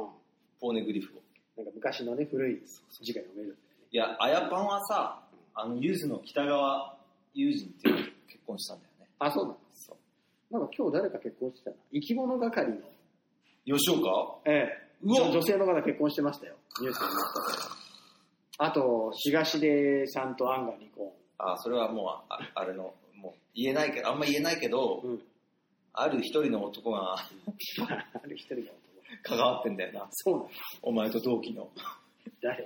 [SPEAKER 3] ポーネグリフを。
[SPEAKER 2] なんか昔のね、古い字が読める。
[SPEAKER 3] いや、あやパンはさ、あの、ユーズの北川友人っていうのと結婚したんだよね。
[SPEAKER 2] あ、そうなの
[SPEAKER 3] そう。
[SPEAKER 2] なんか今日誰か結婚してたな。生き物係の。
[SPEAKER 3] 吉岡
[SPEAKER 2] ええ。
[SPEAKER 3] うわ
[SPEAKER 2] 女女性の方結婚してましたよ。ニュースになったけどあと、東出さんとアンが離婚。
[SPEAKER 3] あ、それはもう、ああれの、もう、言えないけど、あんま言えないけど、
[SPEAKER 2] うん。
[SPEAKER 3] ある一人の男が
[SPEAKER 2] ある一人の男。
[SPEAKER 3] 関わってんだよな。
[SPEAKER 2] そうなの
[SPEAKER 3] お前と同期の。
[SPEAKER 2] 誰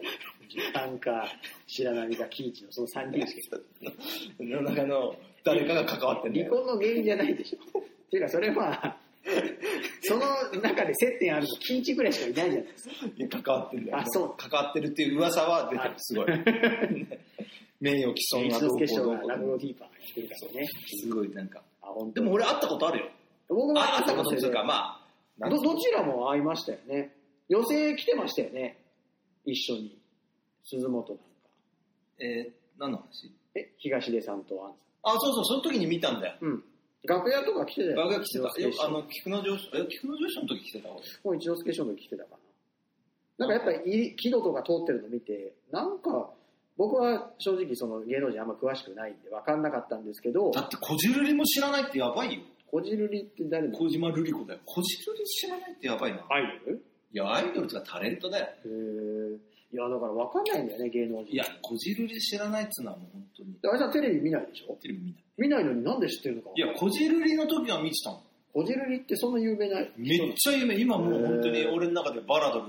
[SPEAKER 2] 時間か白波か喜一のその3人しか
[SPEAKER 3] の中の誰かが関わってんだ
[SPEAKER 2] 離
[SPEAKER 3] よ。
[SPEAKER 2] 婚の原因じゃないでしょっていうかそれはその中で接点あるの喜一ぐらいしかいないじゃないですか
[SPEAKER 3] いや関わってんだよ。
[SPEAKER 2] あそう
[SPEAKER 3] 関わってるっていう噂は出てる
[SPEAKER 2] あ。
[SPEAKER 3] す ごい。名誉毀損
[SPEAKER 2] 一
[SPEAKER 3] が
[SPEAKER 2] 之輔師匠
[SPEAKER 3] ど
[SPEAKER 2] が
[SPEAKER 3] うこう
[SPEAKER 2] ラブ
[SPEAKER 3] ど
[SPEAKER 2] ロ
[SPEAKER 3] うこ
[SPEAKER 2] ディーパーやってるからね
[SPEAKER 3] うすごいなんか。
[SPEAKER 2] あ本
[SPEAKER 3] で
[SPEAKER 2] 当に
[SPEAKER 3] も俺会ったことあるよ。
[SPEAKER 2] 僕も
[SPEAKER 3] あ会ったことっていうか、まあ、なん
[SPEAKER 2] どどちらも会いましたよね寄席来てましたよね一緒に鈴本なんか
[SPEAKER 3] えー、何の話
[SPEAKER 2] え東出さんとアン
[SPEAKER 3] あ、そうそう、その時に見たんだよ。
[SPEAKER 2] さんうん楽屋とか来てたよ
[SPEAKER 3] バカ来てた。
[SPEAKER 2] 一之輔
[SPEAKER 3] よ
[SPEAKER 2] 師匠
[SPEAKER 3] あの、菊の上司、え、菊の上司の時来てた俺。
[SPEAKER 2] もう一之輔師匠の時来てたかな。なんかやっぱり、木戸とか通ってるの見て、なんか、僕は正直その芸能人あんま詳しくないんで分かんなかったんですけど
[SPEAKER 3] だ、って、こじるりも知らないってやばいよ。
[SPEAKER 2] こじるりって誰の
[SPEAKER 3] 小島瑠璃子だよ。こじるり知らないってやばいな。
[SPEAKER 2] アイドル
[SPEAKER 3] いや、アイドルとかタレントだよ。
[SPEAKER 2] へーいや、だから分かんないんだよね、芸能人。
[SPEAKER 3] いや、こじるり知らないっつうのはもう本当に。
[SPEAKER 2] であれさんテレビ見ないでしょ
[SPEAKER 3] テレビ見ない。
[SPEAKER 2] 見ないのになんで知ってるのか
[SPEAKER 3] いや、こじるりの時は見てたの。
[SPEAKER 2] こじるりってそんな有名な
[SPEAKER 3] めっちゃ夢、今もう本当に俺の中でバラドル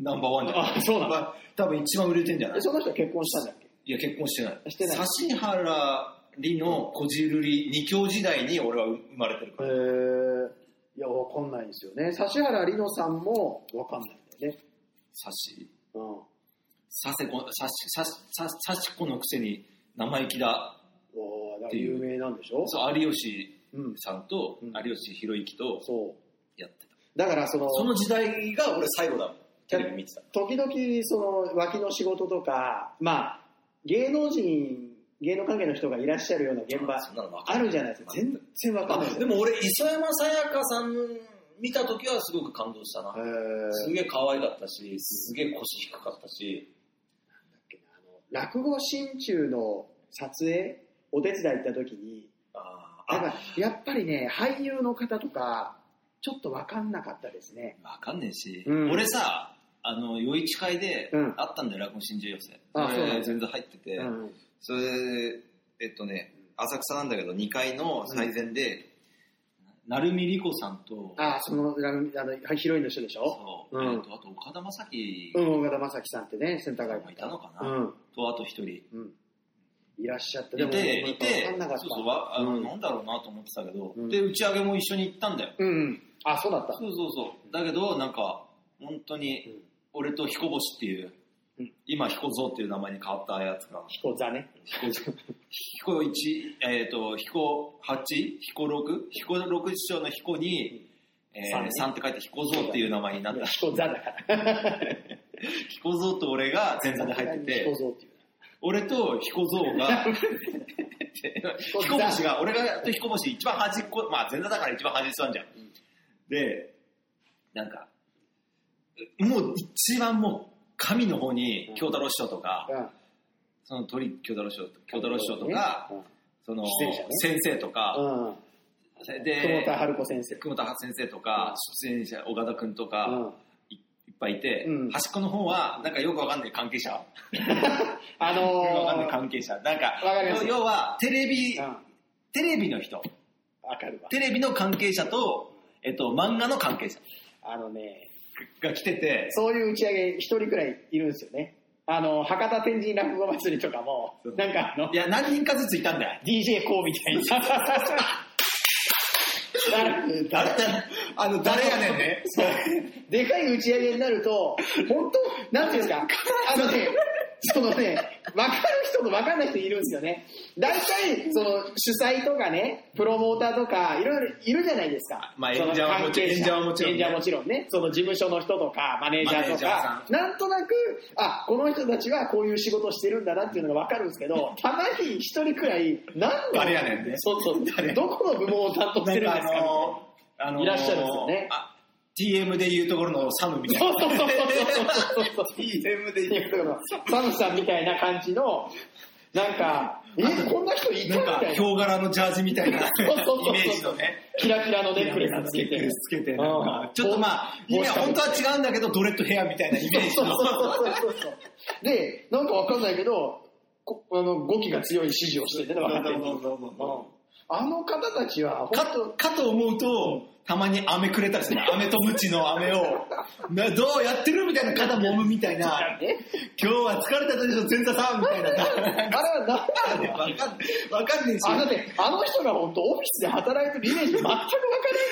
[SPEAKER 3] ナンバーワンじゃない。
[SPEAKER 2] あそうなの
[SPEAKER 3] の多分一番売れてんじゃない
[SPEAKER 2] えその人は結婚したんだっけ
[SPEAKER 3] いや、結婚してない。
[SPEAKER 2] してない
[SPEAKER 3] 指原莉のこじるり二強時代に俺は生まれてるか
[SPEAKER 2] へ
[SPEAKER 3] ら。
[SPEAKER 2] ーいや、わかんないんですよね。指原莉乃さんもわかんないんだよね。
[SPEAKER 3] さし、
[SPEAKER 2] うん。
[SPEAKER 3] させこ、さし、さし、ささしこのくせに生意気だ。
[SPEAKER 2] おーだか
[SPEAKER 3] って
[SPEAKER 2] ら
[SPEAKER 3] いう
[SPEAKER 2] 有名なんでしょ
[SPEAKER 3] そう、有吉
[SPEAKER 2] うん。
[SPEAKER 3] さんと、
[SPEAKER 2] うん
[SPEAKER 3] 有吉弘行と
[SPEAKER 2] そ
[SPEAKER 3] やってた。
[SPEAKER 2] う。だからその、
[SPEAKER 3] その時代が俺最後だもん。テレビ見てた。
[SPEAKER 2] 時々その脇の仕事とか、まあ、芸能人、芸能関係の人がいらっしゃるような現場、
[SPEAKER 3] そんなの分か
[SPEAKER 2] あるじゃないですか。全然わかんない
[SPEAKER 3] あでも俺、磯山さやかさん見た時はすごく感動したな。す
[SPEAKER 2] えー
[SPEAKER 3] げえ可愛かったし、すげえ腰低かったし、
[SPEAKER 2] 落語心中の撮影、お手伝い行った時に、
[SPEAKER 3] あー
[SPEAKER 2] やっ
[SPEAKER 3] あ、
[SPEAKER 2] ぱやっぱりね、俳優の方とか、ちょっとわかんなかったですね。
[SPEAKER 3] わかんねえし、
[SPEAKER 2] うん
[SPEAKER 3] 俺さ、あの、夜市会で
[SPEAKER 2] うん
[SPEAKER 3] あったんだよ、落語新人寄せ。
[SPEAKER 2] あそうなん
[SPEAKER 3] 俺
[SPEAKER 2] だ
[SPEAKER 3] 全然入ってて、
[SPEAKER 2] うん
[SPEAKER 3] それ、えっとね、浅草なんだけど、2階の最前で、成美莉子さんと、
[SPEAKER 2] あ、その、ラグあの、ヒロインの人でしょ
[SPEAKER 3] そ
[SPEAKER 2] う
[SPEAKER 3] う、
[SPEAKER 2] ん
[SPEAKER 3] えっと、あと岡田将生
[SPEAKER 2] うん、岡田将生さんってね、センター街
[SPEAKER 3] もいたのかな、
[SPEAKER 2] うん、
[SPEAKER 3] と、あと一人。
[SPEAKER 2] うん。いらっしゃって、
[SPEAKER 3] いて、
[SPEAKER 2] なんかわ
[SPEAKER 3] い
[SPEAKER 2] か
[SPEAKER 3] て
[SPEAKER 2] んなか、った。
[SPEAKER 3] そうそう、わあの、
[SPEAKER 2] うん
[SPEAKER 3] なんだろうなと思ってたけど、
[SPEAKER 2] うん
[SPEAKER 3] で、打ち上げも一緒に行ったんだよ。
[SPEAKER 2] うんうん。あ、そうだった。
[SPEAKER 3] そうそうそう。だけど、なんか、本当に、俺と彦星っていう
[SPEAKER 2] うん、
[SPEAKER 3] 今、彦蔵っていう名前に変わったやつが、
[SPEAKER 2] 彦座ね。
[SPEAKER 3] 彦一えっ、と、彦八彦六彦六師匠の彦に、え
[SPEAKER 2] 三
[SPEAKER 3] ー
[SPEAKER 2] ね、
[SPEAKER 3] 三って書いて彦蔵っていう名前になった。
[SPEAKER 2] 彦座だから。
[SPEAKER 3] 彦蔵と俺が前座で入っ
[SPEAKER 2] 彦
[SPEAKER 3] てて、
[SPEAKER 2] 座っていう。
[SPEAKER 3] 俺と彦蔵が、
[SPEAKER 2] 彦
[SPEAKER 3] 彦星が、俺がと彦星一番端っこ、まあ前座だから一番端っこなんじゃん。
[SPEAKER 2] ん
[SPEAKER 3] で、なんか、もう一番もう、神の方に
[SPEAKER 2] うん
[SPEAKER 3] 京太郎師匠とか、
[SPEAKER 2] うん
[SPEAKER 3] その鳥京太郎師匠京太郎師匠とか、、その
[SPEAKER 2] 出演者ね
[SPEAKER 3] 先生とか、
[SPEAKER 2] うん。うん
[SPEAKER 3] で、
[SPEAKER 2] 久保田春子先生。
[SPEAKER 3] 久保田先生とか、出演者、岡田くんと
[SPEAKER 2] う
[SPEAKER 3] か、
[SPEAKER 2] ん。
[SPEAKER 3] いいっぱいいて、
[SPEAKER 2] うん
[SPEAKER 3] 端っこの方は、なんかよくわかんない関係者。
[SPEAKER 2] あ
[SPEAKER 3] よくわかんな
[SPEAKER 2] の
[SPEAKER 3] い
[SPEAKER 2] ー、
[SPEAKER 3] 関係者。なんか、
[SPEAKER 2] わかります
[SPEAKER 3] 要要は、テレビ、
[SPEAKER 2] うん。
[SPEAKER 3] テレビの人。
[SPEAKER 2] わかるわ。
[SPEAKER 3] テレビの関係者と、えっと、漫画の関係者
[SPEAKER 2] あのね、
[SPEAKER 3] が来てて、
[SPEAKER 2] そういう打ち上げ一人くらいいるんですよね。あの、博多天神落語祭りとかも、なんかあの
[SPEAKER 3] い、や、何人かずついたんだよ。
[SPEAKER 2] DJ こうみ たいな。
[SPEAKER 3] 誰あの、誰やねんね。
[SPEAKER 2] そう。 でかい打ち上げになると、本当なんていうんです か、あのね、そのね、分かる人と分かんない人いるんですよね。大体、その主催とかね、プロモーターとか、いろいろいるじゃないですか。
[SPEAKER 3] まあ
[SPEAKER 2] その
[SPEAKER 3] 演者はもちろん
[SPEAKER 2] 関係者
[SPEAKER 3] 演者はもちろんね
[SPEAKER 2] 演者はもちろんね。その事務所の人とか、マネージャー
[SPEAKER 3] マネー
[SPEAKER 2] と
[SPEAKER 3] ジャー
[SPEAKER 2] か
[SPEAKER 3] さ、
[SPEAKER 2] なんとなく、あ、この人たちはこういう仕事をしてるんだなっていうのが分かるんですけ ど、たまに一人くらい、なん
[SPEAKER 3] 誰やねんね
[SPEAKER 2] そうそう、どこの部門を担当してるんですか、
[SPEAKER 3] なんかあのーあのー
[SPEAKER 2] いらっしゃるんですよね
[SPEAKER 3] あ TM でいうところのサムみたい
[SPEAKER 2] そうそう
[SPEAKER 3] な。
[SPEAKER 2] そうそうそうそう。
[SPEAKER 3] TM で
[SPEAKER 2] っていうのがサムさんみたいな感じの、なんか、え、こんな人いた
[SPEAKER 3] なん
[SPEAKER 2] み
[SPEAKER 3] か
[SPEAKER 2] た、い
[SPEAKER 3] ヒ
[SPEAKER 2] な。
[SPEAKER 3] ョウ柄のジャージみたいなイ
[SPEAKER 2] そうそうそう
[SPEAKER 3] メージのね。
[SPEAKER 2] キラキラのネックレスつけて。
[SPEAKER 3] つけてなんか
[SPEAKER 2] うん
[SPEAKER 3] ちょっとまあ、
[SPEAKER 2] 帽子
[SPEAKER 3] 今本当は違うんだけど、ドレッドヘアみたいなイメージ
[SPEAKER 2] そう
[SPEAKER 3] の
[SPEAKER 2] そう。そうそうそう。で、なんかわかんないけど、こあの語気が強い指示をしててね、若手にうんあの方たちは、
[SPEAKER 3] かと、かと思うと、たまに飴くれたりする。飴とムチの飴を、などうやってるみたいな肩揉むみたいな。
[SPEAKER 2] ね
[SPEAKER 3] 今日は疲れたでしょ、前座さんみた いな。
[SPEAKER 2] あれは何なの
[SPEAKER 3] わかんわかんねえし。
[SPEAKER 2] あだってあの人が本当オフィスで働いてるイメージ全くわかれん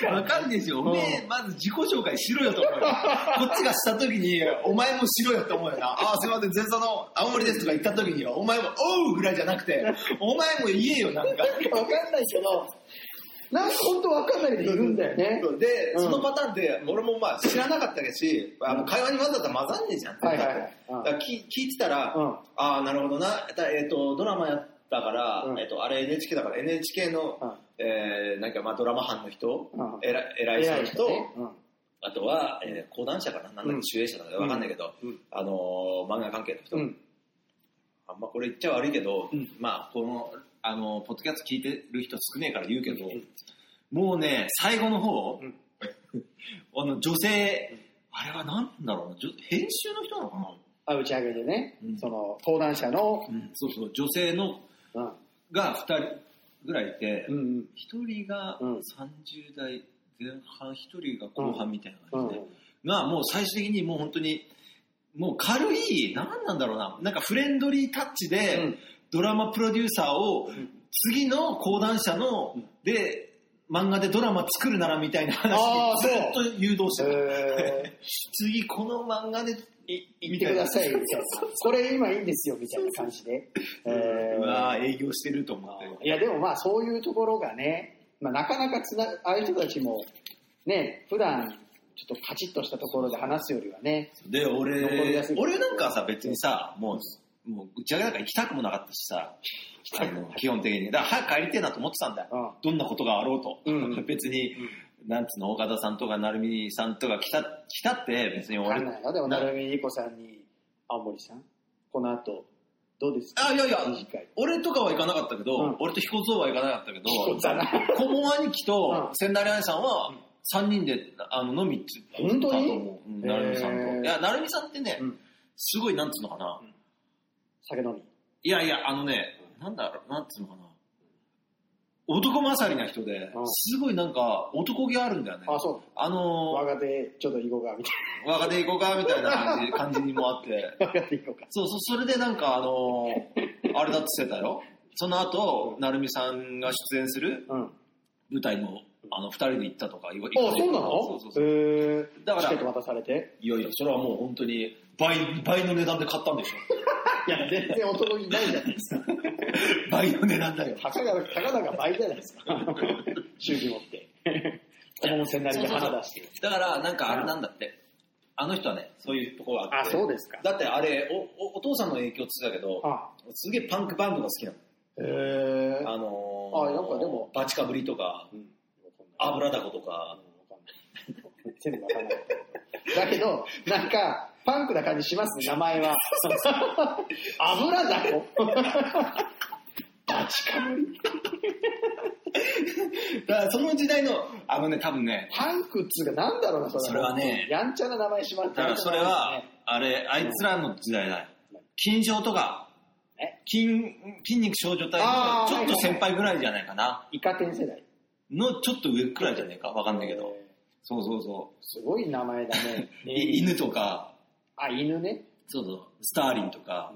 [SPEAKER 2] から
[SPEAKER 3] わかんねえし、おめえ、まず自己紹介しろよと 思うよ。こっちがした時に、お前もしろよと思うよな。ああ、すいません、前座の青森ですとか言った時に、お前も、おうぐらいじゃな くて、お前も言えよ、なんか。
[SPEAKER 2] わかんないけど、なんか本当わかんないけどいるんだよね。
[SPEAKER 3] で、
[SPEAKER 2] うん
[SPEAKER 3] そのパターンで、俺もまあ知らなかったし、あの会話にわざわざ混ざんねえじゃん。
[SPEAKER 2] はいはいはい
[SPEAKER 3] だから聞聞いてたら、
[SPEAKER 2] うん
[SPEAKER 3] ああ、なるほどな。だえっ、と、ドラマやったから、
[SPEAKER 2] うん
[SPEAKER 3] えっ、と、あれ NHK だから NHK の、えーなんかまあドラマ班の人、
[SPEAKER 2] うん
[SPEAKER 3] えら偉い人
[SPEAKER 2] 偉
[SPEAKER 3] の
[SPEAKER 2] い
[SPEAKER 3] 人、
[SPEAKER 2] 人ね。うん
[SPEAKER 3] あとは、えー講談社かななんだっ
[SPEAKER 2] う
[SPEAKER 3] け
[SPEAKER 2] ん
[SPEAKER 3] 主演者だかわかんないけど、
[SPEAKER 2] うん
[SPEAKER 3] あのー漫画関係の人、
[SPEAKER 2] うん
[SPEAKER 3] あんまこれ言っちゃ悪いけど、
[SPEAKER 2] うん
[SPEAKER 3] まあこの、あのーポッドキャスト聞いてる人少ねえから言うけど、もうね、最後の方、
[SPEAKER 2] うん
[SPEAKER 3] あの女性、あれは何なんだろうな、女編集の人なのかな、
[SPEAKER 2] あ打ち上げでね、
[SPEAKER 3] うん
[SPEAKER 2] その登壇者の、
[SPEAKER 3] そうそう、女性の
[SPEAKER 2] うん
[SPEAKER 3] が2人ぐらいいて、
[SPEAKER 2] うん
[SPEAKER 3] 1人が
[SPEAKER 2] うん
[SPEAKER 3] 30代前半、1人が後半みたいな
[SPEAKER 2] う
[SPEAKER 3] 感
[SPEAKER 2] ん
[SPEAKER 3] じで、がもう最終的にもう本当にもう軽い何なんだろうななんかフレンドリータッチで、
[SPEAKER 2] うん
[SPEAKER 3] ドラマプロデューサーを次の講談社の、
[SPEAKER 2] うん
[SPEAKER 3] で漫画でドラマ作るならみたいな話
[SPEAKER 2] あー
[SPEAKER 3] にずっ
[SPEAKER 2] そ
[SPEAKER 3] と誘導してた。
[SPEAKER 2] え
[SPEAKER 3] 次、この漫画で、
[SPEAKER 2] ー、見てくださいみたいなこれ今いいんですよみたいな感じで、えー
[SPEAKER 3] うわー営業してると思って。
[SPEAKER 2] いやでもまあそういうところがね、まあ、なかなかつなああいう人たちもね普段ちょっとカチッとしたところで話すよりはね
[SPEAKER 3] で、
[SPEAKER 2] 残りや
[SPEAKER 3] 俺
[SPEAKER 2] すい、
[SPEAKER 3] 俺なんかさ、別にさ、もう、もう打ち上げなんか行きたくもなかったしさ、あの基本的に。だから早く帰りてえなと思ってたんだよ。
[SPEAKER 2] うん
[SPEAKER 3] どんなことがあろうと。
[SPEAKER 2] うん
[SPEAKER 3] 別に、なんつうの、岡田さんとか成美さんとか来た、来たって別に
[SPEAKER 2] 分か
[SPEAKER 3] 俺
[SPEAKER 2] ん、ないよでも
[SPEAKER 3] な
[SPEAKER 2] 成海莉子さんに青森さんこの後どうですか
[SPEAKER 3] あ、いやいや、
[SPEAKER 2] 二次会
[SPEAKER 3] 俺とかは行かなかったけど、
[SPEAKER 2] うん
[SPEAKER 3] 俺と彦蔵は行かなかったけど、
[SPEAKER 2] 彦蔵だな
[SPEAKER 3] 顧問兄貴と
[SPEAKER 2] うん
[SPEAKER 3] 千成兄さんは
[SPEAKER 2] うん
[SPEAKER 3] 3人であの飲みって
[SPEAKER 2] 本当に
[SPEAKER 3] だと思ううん成美さん
[SPEAKER 2] へー
[SPEAKER 3] と。いや、成美さんってね、
[SPEAKER 2] うん
[SPEAKER 3] すごいなんつうのかな、
[SPEAKER 2] うん酒飲み
[SPEAKER 3] いやいや、あのね、なんだろう、なんつうのかな、男勝りな人で
[SPEAKER 2] う、ん
[SPEAKER 3] すごいなんか男気あるんだよね。
[SPEAKER 2] あそう
[SPEAKER 3] あの
[SPEAKER 2] 若手ちょっと囲碁がみた
[SPEAKER 3] ー、若手行こうかみたいな感じ感じにもあって。
[SPEAKER 2] いな若手囲碁か
[SPEAKER 3] そうそう、それでなんかあの ーあれだって言ってたよ。その後、成美さんが出演する
[SPEAKER 2] うんあ
[SPEAKER 3] 舞台も、あの、二人で行ったとか言わ
[SPEAKER 2] そうな
[SPEAKER 3] そう
[SPEAKER 2] の
[SPEAKER 3] そうそう。
[SPEAKER 2] へえ
[SPEAKER 3] だか
[SPEAKER 2] チ
[SPEAKER 3] ら
[SPEAKER 2] ケット渡されて
[SPEAKER 3] いやいや、それはもう本当に、倍、倍の値段で買ったんでしょ。
[SPEAKER 2] いや全然男気ないじゃないですか
[SPEAKER 3] 倍の値段だよ。
[SPEAKER 2] たかがたかだか倍じゃないです か祝儀持って 顧問船なりで花出して
[SPEAKER 3] だから、なんかあれなんだって。あの人はね、そういうとこがあって。
[SPEAKER 2] うですか
[SPEAKER 3] だってあれおお、お父さんの影響って言ってたけど、
[SPEAKER 2] あ
[SPEAKER 3] すげえパンクバンドが好きなの。
[SPEAKER 2] へえ
[SPEAKER 3] あのー
[SPEAKER 2] あなんかでも
[SPEAKER 3] バチカブリとか、油だことか、
[SPEAKER 2] 全部わかんないだけどなんかパンクな感じしますね名前は油だこバチカブリ
[SPEAKER 3] だからその時代の、あのね、多分ね、
[SPEAKER 2] パンクっつうかなんだろうなそ
[SPEAKER 3] それはね
[SPEAKER 2] やんちゃな名前しまっ
[SPEAKER 3] だからそれは、あれ、あいつらの時代だよ。金城とか
[SPEAKER 2] え、
[SPEAKER 3] 筋筋肉少女隊
[SPEAKER 2] あー
[SPEAKER 3] のちょっ
[SPEAKER 2] はいは
[SPEAKER 3] と
[SPEAKER 2] い
[SPEAKER 3] 先輩ぐらいじゃないかな。
[SPEAKER 2] イカ天世代
[SPEAKER 3] のちょっと上くらいじゃないか、わかんないけど。
[SPEAKER 2] えー
[SPEAKER 3] そうそうそ
[SPEAKER 2] すごい名前だね
[SPEAKER 3] う。 い犬とか、
[SPEAKER 2] あ犬ね
[SPEAKER 3] そうそう、スターリンとか、だか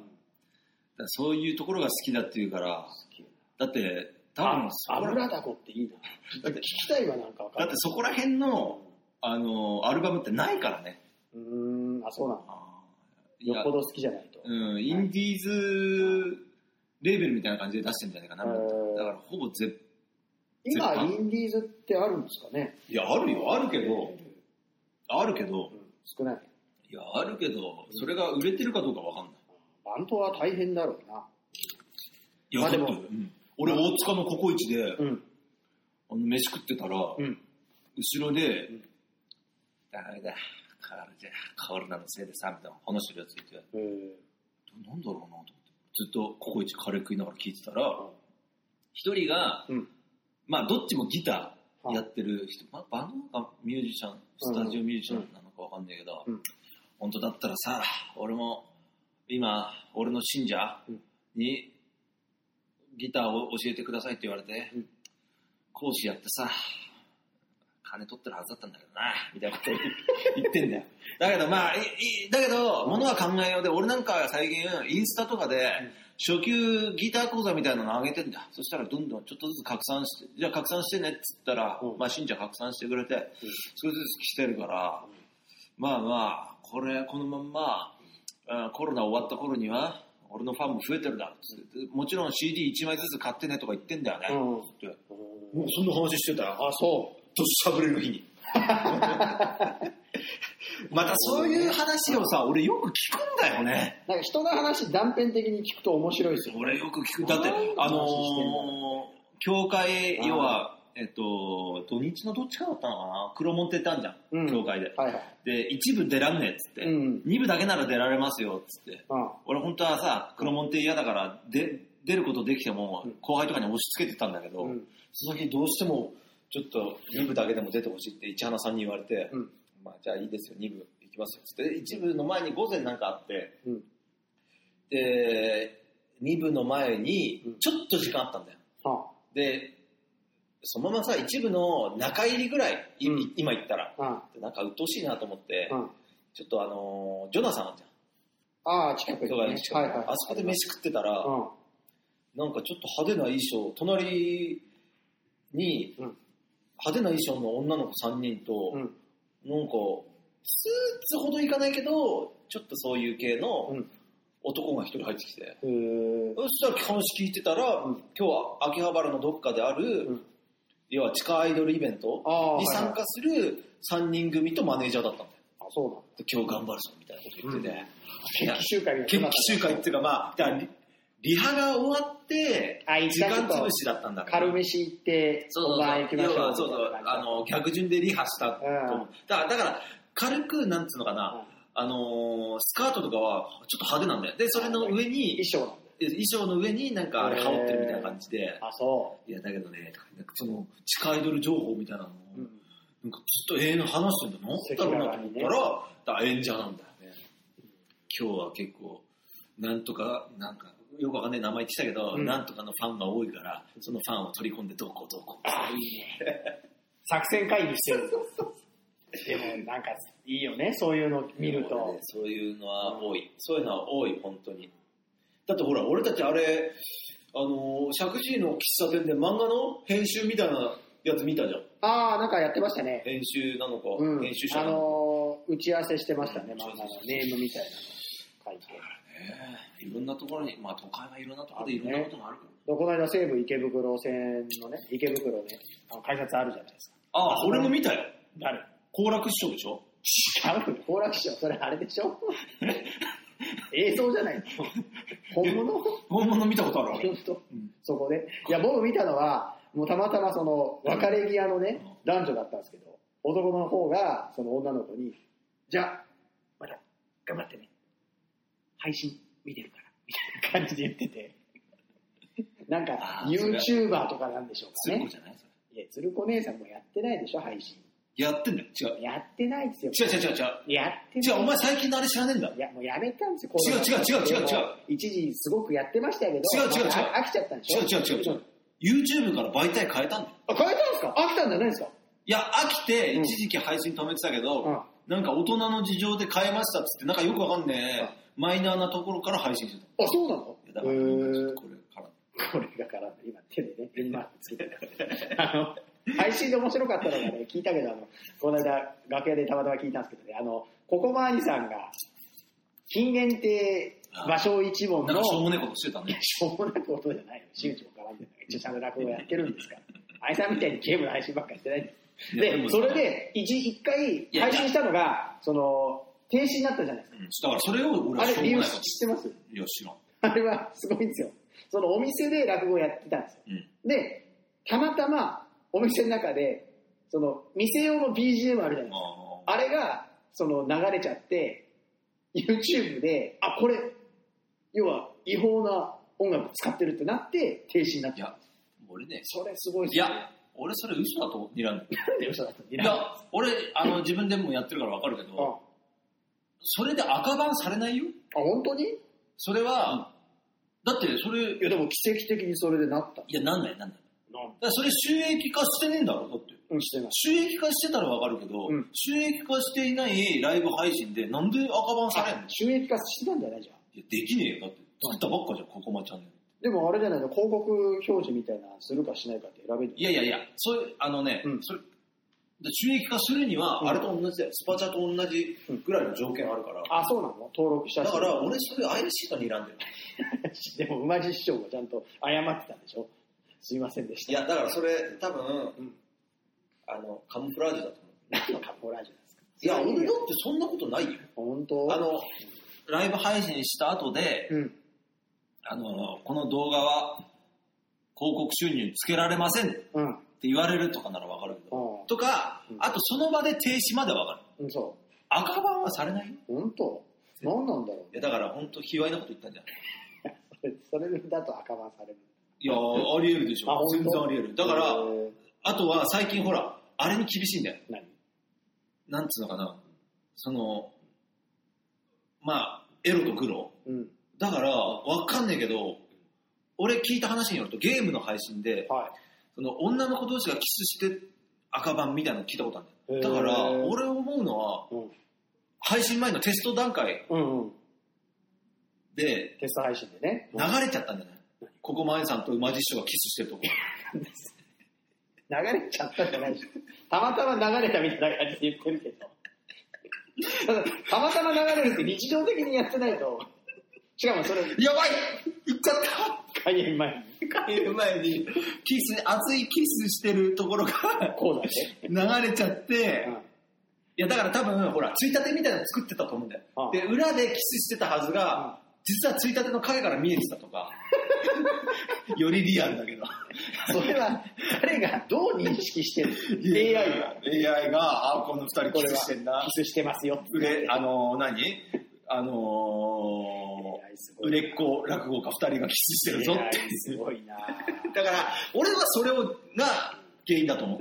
[SPEAKER 3] らそういうところが好きだっていうから、だって、多分そこら
[SPEAKER 2] 油だこっていいな。だって聞きたいわなんかわか
[SPEAKER 3] だ
[SPEAKER 2] ん
[SPEAKER 3] っ
[SPEAKER 2] な
[SPEAKER 3] て
[SPEAKER 2] い。
[SPEAKER 3] そこら辺の、あの、アルバムってないからね。
[SPEAKER 2] うーん、あ、そうなの。
[SPEAKER 3] いや
[SPEAKER 2] よっぽど好きじゃないと。
[SPEAKER 3] うん、インディーズレーベルみたいな感じで出してんじゃないかな。
[SPEAKER 2] へー
[SPEAKER 3] だからほぼぜ
[SPEAKER 2] 今、
[SPEAKER 3] 絶
[SPEAKER 2] インディーズってあるんですかね
[SPEAKER 3] いや、あるよ、あるけど、あるけど
[SPEAKER 2] う、ん、少ない。
[SPEAKER 3] いや、あるけど、それが売れてるかどうかわかんない。
[SPEAKER 2] バンドは大変だろうな。
[SPEAKER 3] いや、
[SPEAKER 2] まあでも
[SPEAKER 3] だってうん俺、大塚のココイチで、あ
[SPEAKER 2] うん。
[SPEAKER 3] の、飯食ってたら、後
[SPEAKER 2] うん。
[SPEAKER 3] ろで
[SPEAKER 2] うん、
[SPEAKER 3] ダメだ、カールじゃ、カールなのせいでさ、みたいな話してるやついて、
[SPEAKER 2] えー
[SPEAKER 3] なんだろうなと思って、ずっとココイチカレー食いながら聞いてたら
[SPEAKER 2] うん、
[SPEAKER 3] 一人が、
[SPEAKER 2] うん。
[SPEAKER 3] まあ、どっちもギター
[SPEAKER 2] はい
[SPEAKER 3] やってる人、まあ、バンドなのかミュージシャン、スタジオミュージシャンなのかわかんないけど、
[SPEAKER 2] うん
[SPEAKER 3] 本当だったらさ、俺も、今、俺の信者
[SPEAKER 2] うん
[SPEAKER 3] に、ギターを教えてくださいって言われて、
[SPEAKER 2] うん
[SPEAKER 3] 講師やってさ、金取ってるはずだったんだけどな、みたいなこと言って言ってんだよ。だけど、まあ、いいだけど、ものは考えようで、俺なんかは最近、インスタとかで、初級ギター講座みたいなの上げてんだ。そしたら、どんどんちょっとずつ拡散して、じゃあ拡散してねって言ったら、
[SPEAKER 2] うん
[SPEAKER 3] まあ、信者拡散してくれて、少しずつ来てるから、まあまあ、これ、このまんま、あコロナ終わった頃には、俺のファンも増えてるだろうっつってもちろん CD1 枚ずつ買ってねとか言ってんだよね。
[SPEAKER 2] うん
[SPEAKER 3] って
[SPEAKER 2] うん
[SPEAKER 3] もうそんな話してたよ。
[SPEAKER 2] あ、そ
[SPEAKER 3] としゃぶれる 日に。またそういう話をさ、俺よく聞くんだよね。
[SPEAKER 2] う。なんか人の話断片的に聞くと面白いですよ。
[SPEAKER 3] 俺よく聞く。だって
[SPEAKER 2] 何、の
[SPEAKER 3] あのー
[SPEAKER 2] 話してんだ
[SPEAKER 3] 教会、
[SPEAKER 2] うん
[SPEAKER 3] 要は、えっと、土日のどっちかだったのかな黒門って言ったんじゃん、
[SPEAKER 2] うん
[SPEAKER 3] 教会で。
[SPEAKER 2] はいはい。
[SPEAKER 3] で、一部出らんねえっつって、
[SPEAKER 2] うん
[SPEAKER 3] 二部だけなら出られますよっつって。
[SPEAKER 2] うん。
[SPEAKER 3] 俺本当はさ、黒門って嫌だから、で、出ることできても
[SPEAKER 2] うん、
[SPEAKER 3] 後輩とかに押し付けてたんだけど、
[SPEAKER 2] うん
[SPEAKER 3] その時どうしても、ちょっと二部だけでも出てほしいって市花さんに言われて、
[SPEAKER 2] うん。
[SPEAKER 3] まあ、じゃあいいですよ、2部行きますよ。つって、1部の前に午前なんかあって、
[SPEAKER 2] うん。
[SPEAKER 3] で、2部の前に
[SPEAKER 2] うん、
[SPEAKER 3] ちょっと時間あったんだよ。
[SPEAKER 2] は
[SPEAKER 3] で、そのままさ、1部の中入りぐらい、い
[SPEAKER 2] うん
[SPEAKER 3] 今行ったら、
[SPEAKER 2] あ。
[SPEAKER 3] でなんか鬱陶しいなと思って、
[SPEAKER 2] うん。うん。
[SPEAKER 3] ちょっとあのージョナサンあんじゃん。
[SPEAKER 2] ああ、近くに、
[SPEAKER 3] 人
[SPEAKER 2] ね。は
[SPEAKER 3] が
[SPEAKER 2] い
[SPEAKER 3] ね
[SPEAKER 2] はい。
[SPEAKER 3] あそこで飯食ってたら、
[SPEAKER 2] うん。
[SPEAKER 3] なんかちょっと派手な衣装、隣に、
[SPEAKER 2] うん
[SPEAKER 3] 派手な衣装の女の子3人と、
[SPEAKER 2] うん
[SPEAKER 3] なんか、スーツほどいかないけど、ちょっとそういう系の
[SPEAKER 2] うん
[SPEAKER 3] 男が一人入ってきて。
[SPEAKER 2] へー
[SPEAKER 3] そしたら話聞いてたら、
[SPEAKER 2] うん
[SPEAKER 3] 今日は秋葉原のどっかである、
[SPEAKER 2] うん
[SPEAKER 3] 要は地下アイドルイベント
[SPEAKER 2] あー
[SPEAKER 3] に参加する3人組とマネージャーだったんだよ。
[SPEAKER 2] あそ
[SPEAKER 3] で今日頑張るぞみたいなこと言ってて。
[SPEAKER 2] う
[SPEAKER 3] い
[SPEAKER 2] なん
[SPEAKER 3] や
[SPEAKER 2] だ。集会みたい
[SPEAKER 3] 決
[SPEAKER 2] な。
[SPEAKER 3] 起集会っていうかまあ、だからリリハが終わって
[SPEAKER 2] あ、一
[SPEAKER 3] 時間
[SPEAKER 2] 旦ちょ
[SPEAKER 3] 潰
[SPEAKER 2] っ
[SPEAKER 3] しだったんだ
[SPEAKER 2] と
[SPEAKER 3] けど
[SPEAKER 2] 軽飯行って、
[SPEAKER 3] そうそう
[SPEAKER 2] 本番行きましょう。
[SPEAKER 3] 要はそうそうあの逆順でリハしたと思う、
[SPEAKER 2] うん
[SPEAKER 3] だからだから軽くなんつうのかな、あのースカートとかはちょっと派手なんだよでそれの上に
[SPEAKER 2] 衣装なんだ。
[SPEAKER 3] 衣装の上になんかあれ羽織ってるみたいな感じで
[SPEAKER 2] あ、そ
[SPEAKER 3] いやだけどねとかなんかその地下アイドル情報みたいなのを、
[SPEAKER 2] う。うん
[SPEAKER 3] なんかずっと永遠に話してんだななんだろうなと思ったら、だから演者なんだよね今日は結構なんとかなんかよくわかんない名前言ってたけど、
[SPEAKER 2] うん
[SPEAKER 3] なんとかのファンが多いからそのファンを取り込んでどうこうどうこう
[SPEAKER 2] あいいね。 作戦会議してる。でも、なんか、いいよね、そういうの見る
[SPEAKER 3] 俺
[SPEAKER 2] と。
[SPEAKER 3] ねそういうのは多い。そういうのは多い、本当に。だってほら、俺たちあれ、あのー、石神井の喫茶店で漫画の編集みたいなやつ見たじゃん。
[SPEAKER 2] ああ、なんかやってましたね。
[SPEAKER 3] 編集なのか、
[SPEAKER 2] うん。
[SPEAKER 3] 編集者
[SPEAKER 2] あ
[SPEAKER 3] なのか。
[SPEAKER 2] のー、打ち合わせしてましたね、漫画のネームみたいなの書いて。
[SPEAKER 3] ねえいろんなところに、まあ都会はいろんなところでいろんなことがあるから。
[SPEAKER 2] でこの間、西武池袋線のね、池袋ね、あの改札あるじゃないですか。
[SPEAKER 3] ああ、俺も見たよ。
[SPEAKER 2] 誰
[SPEAKER 3] 好楽師匠でしょ
[SPEAKER 2] 違うよ好楽師匠、それあれでし ょ映像じゃないの本物
[SPEAKER 3] 本物見たことある俺
[SPEAKER 2] 本当
[SPEAKER 3] うん
[SPEAKER 2] そこで。いや、僕見たのは、もうたまたまその、別れ際のね、男女だったんですけど、男の方が、その女の子に、じゃあ、また、頑張ってね。配信見てるから、みたいな感じで言ってて。なんか
[SPEAKER 3] あ、ーそれ
[SPEAKER 2] YouTuber とかなんでしょう
[SPEAKER 3] す
[SPEAKER 2] か
[SPEAKER 3] る子
[SPEAKER 2] ね。
[SPEAKER 3] じゃないそれ
[SPEAKER 2] いや、鶴子姉さんもやってないでしょ、配信。
[SPEAKER 3] やってんだよ。違う。
[SPEAKER 2] やってないですよ。
[SPEAKER 3] 違う違う違う違
[SPEAKER 2] やって
[SPEAKER 3] う。違
[SPEAKER 2] な
[SPEAKER 3] う、お
[SPEAKER 2] い。
[SPEAKER 3] 前最近のあれ知らねえんだ。
[SPEAKER 2] いや、もうやめたんですよ、
[SPEAKER 3] 違う違う違う違う違う
[SPEAKER 2] でも一時すごくやってましたけど、
[SPEAKER 3] 違う違う違う
[SPEAKER 2] まあ飽きちゃったんでし
[SPEAKER 3] 違
[SPEAKER 2] ょ
[SPEAKER 3] う違う違う違う。YouTube から媒体変えたんだよ。
[SPEAKER 2] あ、変えたんですか飽きたんじゃないですか
[SPEAKER 3] いや、飽きて、
[SPEAKER 2] うん
[SPEAKER 3] 一時期配信止めてたけど、
[SPEAKER 2] うん
[SPEAKER 3] なんか大人の事情で変えましたっつって、なんかよくわかんねえ、マイナーなところから配信してた。
[SPEAKER 2] あ、そうなの
[SPEAKER 3] いやだ
[SPEAKER 2] へ
[SPEAKER 3] からなんかちょっ
[SPEAKER 2] ー
[SPEAKER 3] とこれから。
[SPEAKER 2] これだから、今手でね、ピンマークついてる。あの、配信で面白かったのがね、聞いたけど、あの、この間、楽屋でたまたま聞いたんですけどね、あの、ココマーニさんが、金限定芭蕉一問
[SPEAKER 3] なん
[SPEAKER 2] の、
[SPEAKER 3] かしょう
[SPEAKER 2] し
[SPEAKER 3] もねえことしてたね。
[SPEAKER 2] ょうもなくことじゃないよ。真打ちも絡んでない。一応ちゃんと落語やってるん ですから。あいさんみたいにゲームの配信ばっかりしてないんです
[SPEAKER 3] いや
[SPEAKER 2] で、それ、で、一一回
[SPEAKER 3] いや
[SPEAKER 2] 配信したのが、その、停止になったじゃないです
[SPEAKER 3] もうんだからそれを俺
[SPEAKER 2] か。あ
[SPEAKER 3] はし
[SPEAKER 2] れ、
[SPEAKER 3] ょう
[SPEAKER 2] 理
[SPEAKER 3] も
[SPEAKER 2] 由
[SPEAKER 3] ない
[SPEAKER 2] 知
[SPEAKER 3] こと。
[SPEAKER 2] ってます
[SPEAKER 3] いや、知らん。
[SPEAKER 2] あれはすごいんですよ。そのお店で落語やってたんですよ。
[SPEAKER 3] うん。
[SPEAKER 2] で、たまたまお店の中で、その店用の BGM あるじゃないですか。
[SPEAKER 3] あ
[SPEAKER 2] あれが、その流れちゃって、YouTube で、あ、これ、要は違法な音楽使ってるってなって、停止になっ
[SPEAKER 3] ーい
[SPEAKER 2] ちゃう
[SPEAKER 3] や。、俺ね、
[SPEAKER 2] それすごいです
[SPEAKER 3] い
[SPEAKER 2] よね。
[SPEAKER 3] や、俺それ嘘だと睨んでる。
[SPEAKER 2] なんで嘘だったん
[SPEAKER 3] いや、俺、あの、自分でもやってるからわかるけ
[SPEAKER 2] あ、あ
[SPEAKER 3] ど、それで赤番されないよ。
[SPEAKER 2] 本当にい
[SPEAKER 3] それは、だってそれ、い
[SPEAKER 2] や、でも奇跡的にそれでなった。
[SPEAKER 3] や、なんないなんない。
[SPEAKER 2] なん
[SPEAKER 3] だからそれ収益化してねえんだろ、だって。
[SPEAKER 2] うん、してない。
[SPEAKER 3] 収益化してたらわかるけど、
[SPEAKER 2] うん
[SPEAKER 3] 収益化していないライブ配信でなんで赤番されんの
[SPEAKER 2] あ収益化してたんじゃないじゃん。
[SPEAKER 3] いやできねえよ、だって。作ったばっかじゃん、ここまチャンネ
[SPEAKER 2] で
[SPEAKER 3] ル。
[SPEAKER 2] もあれじゃないの、広告表示みたいなのするかしないかって選べる。
[SPEAKER 3] いやいやいや、それ、あのね、
[SPEAKER 2] うん
[SPEAKER 3] それ、で収益化するには、
[SPEAKER 2] うん
[SPEAKER 3] あれと同じだよ、スパチャと同じぐらいの条件あるから。
[SPEAKER 2] あ、そうなの登録した
[SPEAKER 3] だ
[SPEAKER 2] 人
[SPEAKER 3] から、俺それ怪しいと睨んでる。
[SPEAKER 2] でも、馬地師匠がちゃんと謝ってたんでしょすいませんでし
[SPEAKER 3] い
[SPEAKER 2] た。
[SPEAKER 3] や、だからそれ、多分、
[SPEAKER 2] うん
[SPEAKER 3] あの、カムフラージュだと思う。
[SPEAKER 2] 何のカポラージュなんですか
[SPEAKER 3] いや、俺だっ
[SPEAKER 2] よ。
[SPEAKER 3] てそんなことないよ。
[SPEAKER 2] 本当
[SPEAKER 3] あ、の、ライブ配信した後で、
[SPEAKER 2] うん。
[SPEAKER 3] あの、この動画は広告収入つけられませんって
[SPEAKER 2] うん。
[SPEAKER 3] 言われるとかならわかるけど、
[SPEAKER 2] う
[SPEAKER 3] とか
[SPEAKER 2] うん、
[SPEAKER 3] あとその場で停止までわかる。
[SPEAKER 2] ん。そ。
[SPEAKER 3] 赤番はされないいう
[SPEAKER 2] 本当何なんだろう
[SPEAKER 3] や、だから本当卑猥なこと言ったんじゃない
[SPEAKER 2] それ それだと赤番される。
[SPEAKER 3] いやー、あり得るでし
[SPEAKER 2] あ
[SPEAKER 3] ょ。
[SPEAKER 2] 本
[SPEAKER 3] 全
[SPEAKER 2] 当
[SPEAKER 3] 然あり得る。だから
[SPEAKER 2] え、ー
[SPEAKER 3] あとは最近ほら、あれに厳しいんだよ。
[SPEAKER 2] 何
[SPEAKER 3] なんつうのかな。その、まあ、エロとグロ。
[SPEAKER 2] うん。
[SPEAKER 3] だから、わかんないけど、俺聞いた話によると、ゲームの配信で、
[SPEAKER 2] は
[SPEAKER 3] その女の子同士がキスして赤番みたいなの聞いたことあるんだよ。
[SPEAKER 2] へ
[SPEAKER 3] だ
[SPEAKER 2] ー
[SPEAKER 3] から、俺思うのは、
[SPEAKER 2] い。うん。
[SPEAKER 3] 配信前のテスト段階
[SPEAKER 2] うんうん。
[SPEAKER 3] で
[SPEAKER 2] テスト配信でね。
[SPEAKER 3] 流れちゃったんじゃないここ前さんと馬実師匠がキスしてるとこ。
[SPEAKER 2] 流れちゃったじゃないでしょ。たまたま流れたみたいな感じで言ってるけど。ただたまたま流れるって日常的にやってないと。しかもそれ、
[SPEAKER 3] やばい行っちゃった
[SPEAKER 2] 開演前に。
[SPEAKER 3] 帰る前に、キス、熱いキスしてるところが
[SPEAKER 2] こうだね。
[SPEAKER 3] 流れちゃって、
[SPEAKER 2] うん
[SPEAKER 3] いやだから多分、ほら、ついたてみたいなの作ってたと思うんだよ。
[SPEAKER 2] ああ
[SPEAKER 3] で、裏でキスしてたはずが、実はついたての影から見えてたと か、よりリアルだけど。
[SPEAKER 2] それは、彼がどう認識してる ?AI が。
[SPEAKER 3] が。AI が、あ、この二人
[SPEAKER 2] こ
[SPEAKER 3] キ
[SPEAKER 2] れ
[SPEAKER 3] ス
[SPEAKER 2] は
[SPEAKER 3] してんな。
[SPEAKER 2] キスしてますよ。
[SPEAKER 3] で、あのー、何あの
[SPEAKER 2] AI す
[SPEAKER 3] ー、
[SPEAKER 2] ご
[SPEAKER 3] 売
[SPEAKER 2] い
[SPEAKER 3] れっ子落語家二人がキスしてるぞっ
[SPEAKER 2] AI
[SPEAKER 3] て。
[SPEAKER 2] すごいな
[SPEAKER 3] だから、俺はそれをが原因だと思う。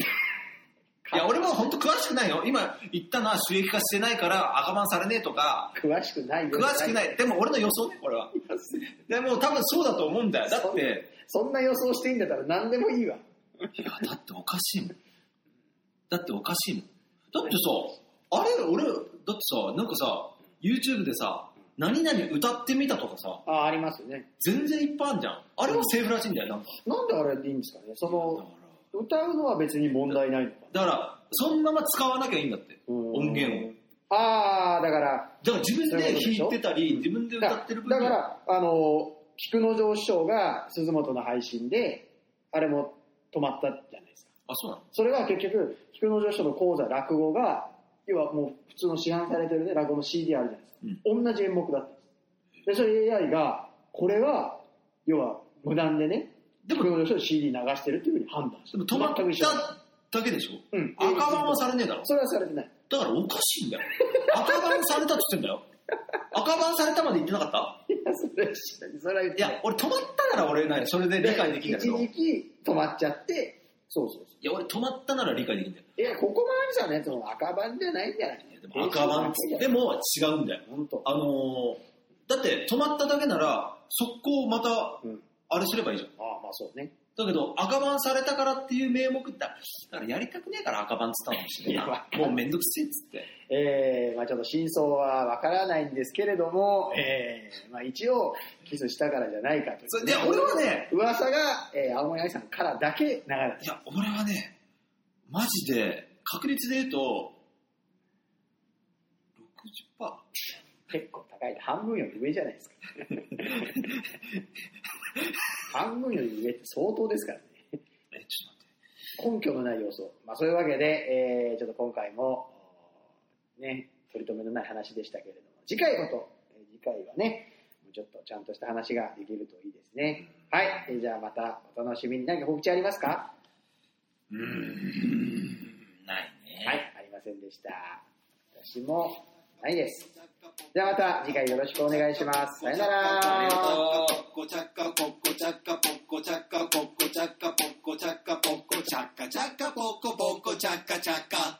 [SPEAKER 3] いや、俺も本当詳しくないよ。今言ったのは収益化してないから赤番されねえとか、
[SPEAKER 2] 詳しくないよ
[SPEAKER 3] 詳しくない。でも俺の予想ね、これは。でも多分そうだと思うんだよ。だって、
[SPEAKER 2] そんな予想していいんだったら何でもいいわ。
[SPEAKER 3] いや、だっておかしいもん。だっておかしいもん。だってさ、あれ、俺、だってさ、なんかさ、YouTube でさ、何々歌ってみたとかさ、
[SPEAKER 2] あ、ありますよね。
[SPEAKER 3] 全然いっぱいあるじゃん。あれもセーフらしいんだよ、なんか。
[SPEAKER 2] なんであれでいいんですかね。そ
[SPEAKER 3] だか、
[SPEAKER 2] の、歌うのは別に問題ないのから
[SPEAKER 3] だからそのまま使わなきゃいいんだって、
[SPEAKER 2] な。
[SPEAKER 3] 音源を。
[SPEAKER 2] を。ああ、だから、
[SPEAKER 3] だから自分で弾いてたり、自分で歌
[SPEAKER 2] だ
[SPEAKER 3] ってる分
[SPEAKER 2] だから、あの、菊之丞師匠が鈴本の配信で、あれも止まったじゃないですか。
[SPEAKER 3] あ、そうなの
[SPEAKER 2] それは結局、菊之丞師匠の講座、落語が、要はもう普通の市販されてるね、落語の CD あるじゃないですか。同じ演目だったんです。で、それ AI が、これは、要は無断でね、
[SPEAKER 3] でも
[SPEAKER 2] 菊之丞師匠の CD 流してるっていうふうに判断して
[SPEAKER 3] でも止まった
[SPEAKER 2] 全く一緒です
[SPEAKER 3] だけでしょ
[SPEAKER 2] うん
[SPEAKER 3] 赤番はされねえだろ。
[SPEAKER 2] それはされてない。
[SPEAKER 3] だからおかしいんだよ。赤番されたって言ってんだ よ。赤番されたまで言ってなかった
[SPEAKER 2] いや、それは知らないそれは言っ
[SPEAKER 3] い
[SPEAKER 2] てない
[SPEAKER 3] や、俺止まったなら俺ね、それで理解できるんだけど。
[SPEAKER 2] 一
[SPEAKER 3] い
[SPEAKER 2] 時期止まっちゃって、そうそうそ
[SPEAKER 3] や、俺止まったなら理解できるんだよ。
[SPEAKER 2] う。いや、ここもあるじゃんね、その赤番じゃないんじゃない
[SPEAKER 3] いやでも赤番で、も違うんだよ。
[SPEAKER 2] 本当。
[SPEAKER 3] あのー、だって止まっただけなら、速攻また
[SPEAKER 2] うん。
[SPEAKER 3] あれすればいいじゃん。
[SPEAKER 2] ああ、まあそうね。
[SPEAKER 3] だけど、赤番されたからっていう名目だ。だからやりたくねえから赤番っつったのかもしれない
[SPEAKER 2] いやわ
[SPEAKER 3] な。もうめんどくせえっつって。
[SPEAKER 2] えー、まあちょっと真相はわからないんですけれども、えー、まあ一応、キスしたからじゃないかと。
[SPEAKER 3] それで、俺はね、
[SPEAKER 2] 噂が、えー、青森愛さんからだけ流れ
[SPEAKER 3] いや、俺はね、マジで、確率で言うと、60%?
[SPEAKER 2] た。結構高い。半分より上じゃないです か。半分より上って相当ですからね。
[SPEAKER 3] え、ちょっと待って。
[SPEAKER 2] 根拠のない要素。まあ、そういうわけで、えーちょっと今回も、ね、取り留めのない話でしたけれども、次回こそ、えー次回はね、もうちょっとちゃんとした話ができるといいですね。はい、えーじゃあまたお楽しみに。何か告知ありますか
[SPEAKER 3] うーん、ないね。
[SPEAKER 2] はい、ありませんでした。私もないです。じゃあまた次回よろしくお願いします。さよな
[SPEAKER 3] ありが
[SPEAKER 2] ら。
[SPEAKER 3] とう。
[SPEAKER 1] ポコチャッカポコチャッカポコチャッカポコチャッカポコチャッカポコチャッカポコチャッカチャッカポコポコチャッカチャッカ